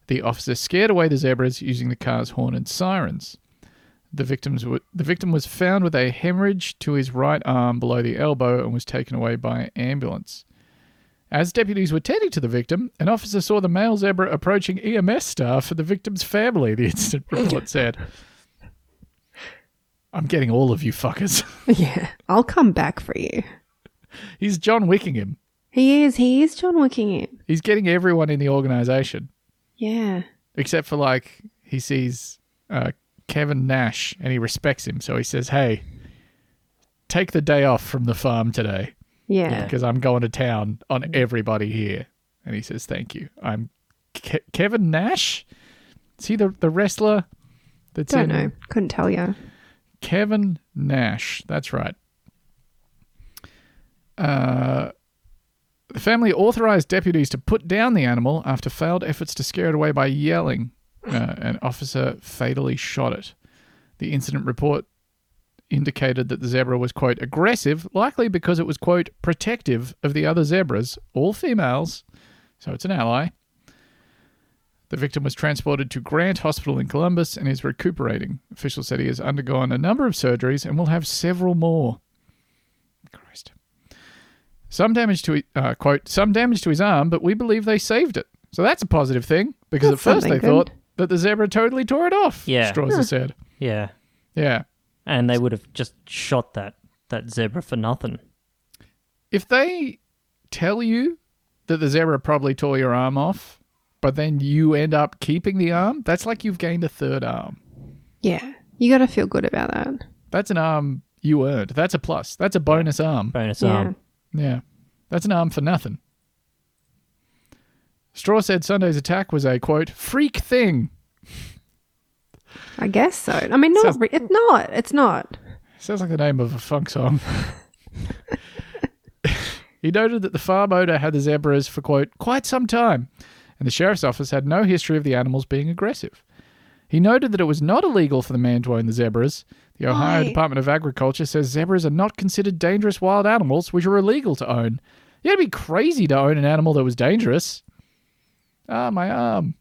S1: The officer scared away the zebras using the car's horn and sirens. The, victims were, the victim was found with a hemorrhage to his right arm below the elbow and was taken away by ambulance. As deputies were tending to the victim, an officer saw the male zebra approaching EMS staff and the victim's family, the incident report said. I'm getting all of you fuckers.
S3: Yeah, I'll come back for you.
S1: He's John Wicking him.
S3: He is. He is John Wickingham.
S1: He's getting everyone in the organization.
S3: Yeah.
S1: except for like he sees uh, Kevin Nash and he respects him, so he says, "Hey, take the day off from the farm today
S3: Yeah.
S1: because I'm going to town on everybody here." And he says, "Thank you." I'm Ke- Kevin Nash. Is he the the wrestler? That's
S3: Don't
S1: in-
S3: know. Couldn't tell you.
S1: Kevin Nash. That's right. Uh, the family authorized deputies to put down the animal after failed efforts to scare it away by yelling. Uh, an officer fatally shot it. The incident report indicated that the zebra was, quote, aggressive, likely because it was, quote, protective of the other zebras, all females, so it's an ally. The victim was transported to Grant Hospital in Columbus and is recuperating. Officials said he has undergone a number of surgeries and will have several more. Christ. Some damage to hi- uh, quote some damage to his arm, but we believe they saved it. So that's a positive thing because
S3: That's
S1: at first they
S3: something good.
S1: thought that the zebra totally tore it off.
S2: Yeah.
S1: Strauss said.
S2: Yeah.
S1: Yeah.
S2: And they would have just shot that that zebra for nothing.
S1: If they tell you that the zebra probably tore your arm off, but then you end up keeping the arm, that's like you've gained a third arm.
S3: Yeah. You got to feel good about that.
S1: That's an arm you earned. That's a plus. That's a bonus arm.
S2: Bonus
S3: Yeah.
S2: arm.
S1: Yeah. That's an arm for nothing. Straw said Sunday's attack was a quote freak thing.
S3: I guess so. I mean, not.
S1: Sounds-
S3: re- it's not. It's not.
S1: Sounds like the name of a funk song. he noted that the farm owner had the zebras for quote quite some time, and the sheriff's office had no history of the animals being aggressive. He noted that it was not illegal for the man to own the zebras. The Ohio
S3: Why?
S1: Department of Agriculture says zebras are not considered dangerous wild animals, which are illegal to own. You would be crazy to own an animal that was dangerous. Ah, my arm.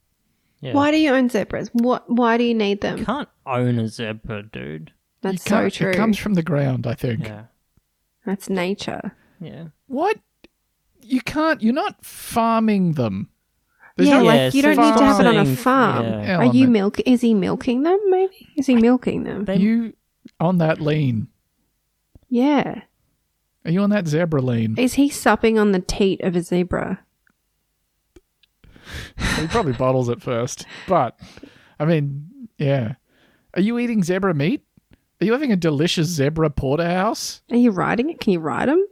S2: Yeah.
S3: Why do you own zebras? What? Why do you need
S2: you
S3: them?
S2: can't own a zebra, dude.
S1: You
S3: That's so
S1: can't-
S3: true.
S1: It comes from the ground, I think.
S2: Yeah.
S3: That's nature.
S2: Yeah.
S1: What? You can't. You're not farming them. There's
S3: yeah,
S1: no
S2: like,
S1: like.
S3: like you don't need to have it on a farm.
S2: Yeah.
S3: Are you
S1: Element.
S3: milk? Is he milking them? Maybe is he milking them?
S2: They,
S1: You on that lean?
S3: Yeah.
S1: Are you on that zebra lean?
S3: Is he supping on the teat of a zebra?
S1: he probably bottles it first, but I mean, yeah. Are you eating zebra meat? Are you having a delicious zebra porterhouse?
S3: Are you riding it? Can you ride him?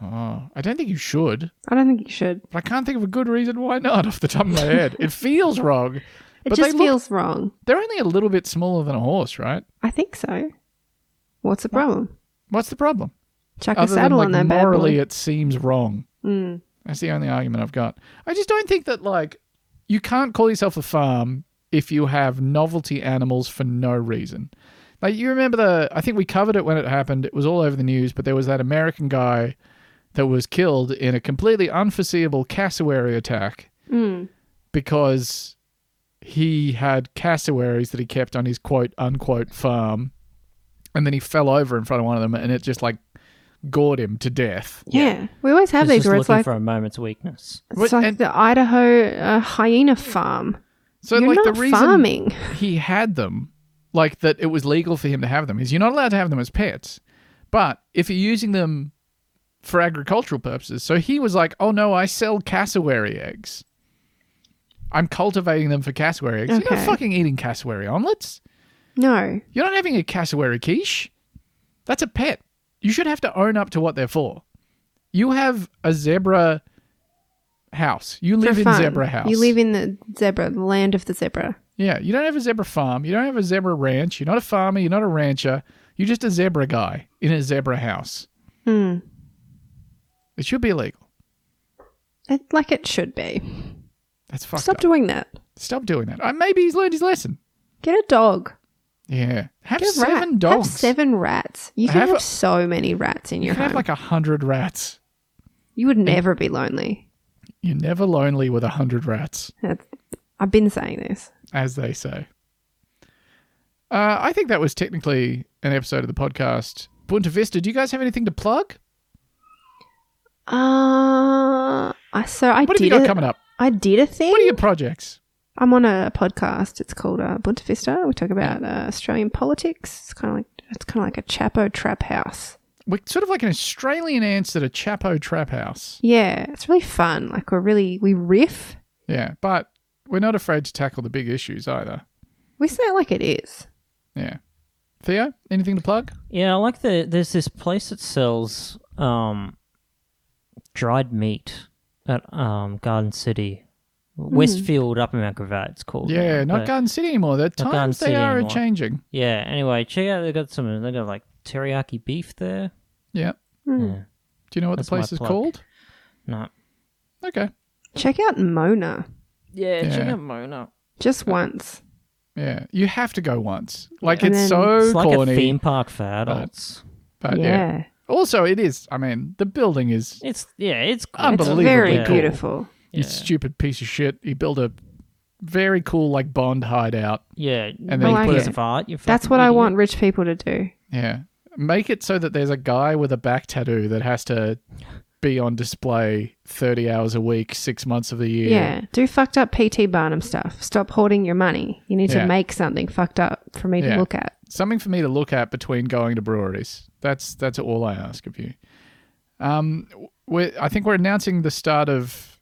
S1: Oh, I don't think you should,
S3: I don't think you should.
S1: but I can't think of a good reason why not off the top of my head. it feels wrong.
S3: It
S1: but they
S3: just
S1: look-
S3: feels wrong.
S1: they're only a little bit smaller than a horse, right?
S3: I think so. What's the problem?
S1: What's the problem?
S3: Chuck a
S1: Other than
S3: saddle
S1: like
S3: on that bad
S1: morally, uh,
S3: boy.
S1: it seems wrong.
S3: Mm.
S1: That's the only argument I've got. I just don't think that like you can't call yourself a farm if you have novelty animals for no reason. Like you remember the I think we covered it when it happened. It was all over the news, but there was that American guy that was killed in a completely unforeseeable cassowary attack
S3: Mm.
S1: because he had cassowaries that he kept on his quote unquote farm and then he fell over in front of one of them and it just like gored him to death.
S3: Yeah. we always have
S2: it's
S3: these
S2: just
S3: where
S2: looking
S3: it's like
S2: for a moment's weakness.
S3: it's
S1: What-
S3: like
S1: and-
S3: the Idaho uh, hyena farm.
S1: So
S3: You're
S1: like
S3: not
S1: the reason
S3: farming.
S1: he had them, like that it was legal for him to have them, is you're not allowed to have them as pets. But if you're using them for agricultural purposes, so he was like, oh no, I sell cassowary eggs. I'm cultivating them for cassowary eggs. You're
S3: Okay.
S1: not fucking eating cassowary omelets.
S3: No.
S1: You're not having a cassowary quiche. That's a pet. You should have to own up to what they're for. You have a zebra house. You
S3: For
S1: live in
S3: fun.
S1: zebra house.
S3: You live in the zebra, the land of the zebra.
S1: Yeah, you don't have a zebra farm. You don't have a zebra ranch. You're not a farmer. You're not a rancher. You're just a zebra guy in a zebra house.
S3: Hmm.
S1: It should be illegal.
S3: It, like it should be.
S1: That's fucked
S3: Stop
S1: up.
S3: doing that.
S1: Stop doing that. Uh, maybe he's learned his lesson.
S3: Get a dog.
S1: Yeah. Have
S3: Get a rat.
S1: seven dogs.
S3: Have seven rats. You can
S1: Have
S3: have,
S1: a-
S3: so many rats in
S1: You
S3: your
S1: can
S3: home.
S1: have like a hundred rats.
S3: you would never be lonely.
S1: You're never lonely with a hundred rats,
S3: That's, I've been saying this.
S1: as they say. Uh, I think that was technically an episode of the podcast. Bunta Vista, do you guys have anything to plug?
S3: Uh, I so I
S1: What have you
S3: did
S1: got
S3: a-
S1: coming up?
S3: I did a thing.
S1: What are your projects?
S3: I'm on a podcast. It's called uh, Bunta Vista. We talk about uh, Australian politics. It's kind of like it's kind of like a Chapo trap house.
S1: We're sort of like an Australian answer to Chapo Trap House.
S3: Yeah, it's really fun. Like we're really we riff.
S1: Yeah, but we're not afraid to tackle the big issues either.
S3: We say it like it is.
S1: Yeah. Theo, anything to plug?
S2: Yeah, I like the there's this place that sells um dried meat at um Garden City. Westfield up in Mount Gravatt, it's called.
S1: Yeah, not
S2: But-
S1: Garden City anymore. The
S2: Garden
S1: times they
S2: City
S1: are
S2: anymore.
S1: changing.
S2: Yeah, anyway, check out they got some they got like teriyaki beef there.
S1: Yeah.
S2: Yeah.
S1: Do you know what
S2: Hmm. That's
S1: the
S2: my
S1: place is
S2: plug.
S1: called?
S2: No.
S1: Okay.
S3: Check out Mona
S2: Yeah,
S1: check Yeah. out
S2: Mona.
S3: just once.
S1: Yeah, you have to go once. Like
S3: And
S1: it's
S3: then-
S1: so
S2: It's like
S1: corny,
S2: a theme park for adults.
S1: but yeah.
S3: Yeah.
S1: Also, it is. I mean, the building is
S2: It's yeah, it's
S3: It's
S1: Unbelievably
S3: very
S2: cool.
S3: beautiful.
S1: you stupid piece of shit. You build a very cool like Bond hideout.
S2: yeah.
S1: then
S3: you put
S2: piece
S3: it-
S2: of art. you
S3: That's
S2: fucking
S3: what I
S2: idiot.
S3: want rich people to do.
S1: Yeah, make it so that there's a guy with a back tattoo that has to be on display 30 hours a week, six months of the year.
S3: Yeah. Do fucked up PT Barnum stuff. Stop hoarding your money. You need
S1: Yeah.
S3: to make something fucked up for me
S1: Yeah.
S3: to look at.
S1: something for me to look at between going to breweries. That's that's all I ask of you. Um, we're, I think we're announcing the start of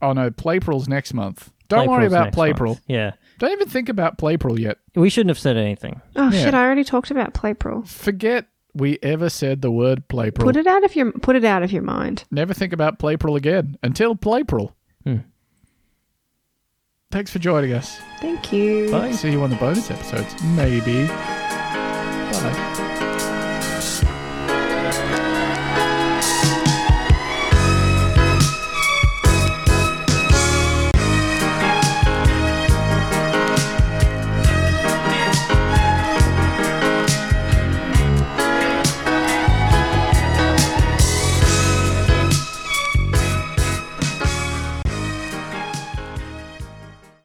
S1: oh no, Playpril's next month. Don't worry
S2: Playpril's
S1: about
S2: next month.
S1: Playpril.
S2: Yeah,
S1: Don't even think about Playpril yet.
S2: we shouldn't have said anything.
S3: Oh
S1: Yeah.
S3: shit, I already talked about Playpril.
S1: Forget we ever said the word Playpril.
S3: Put it out of your put it out of your mind.
S1: Never think about Playpril again until Playpril.
S2: Hmm.
S1: Thanks for joining us.
S3: Thank you.
S2: Bye.
S1: See you on the bonus episodes, maybe.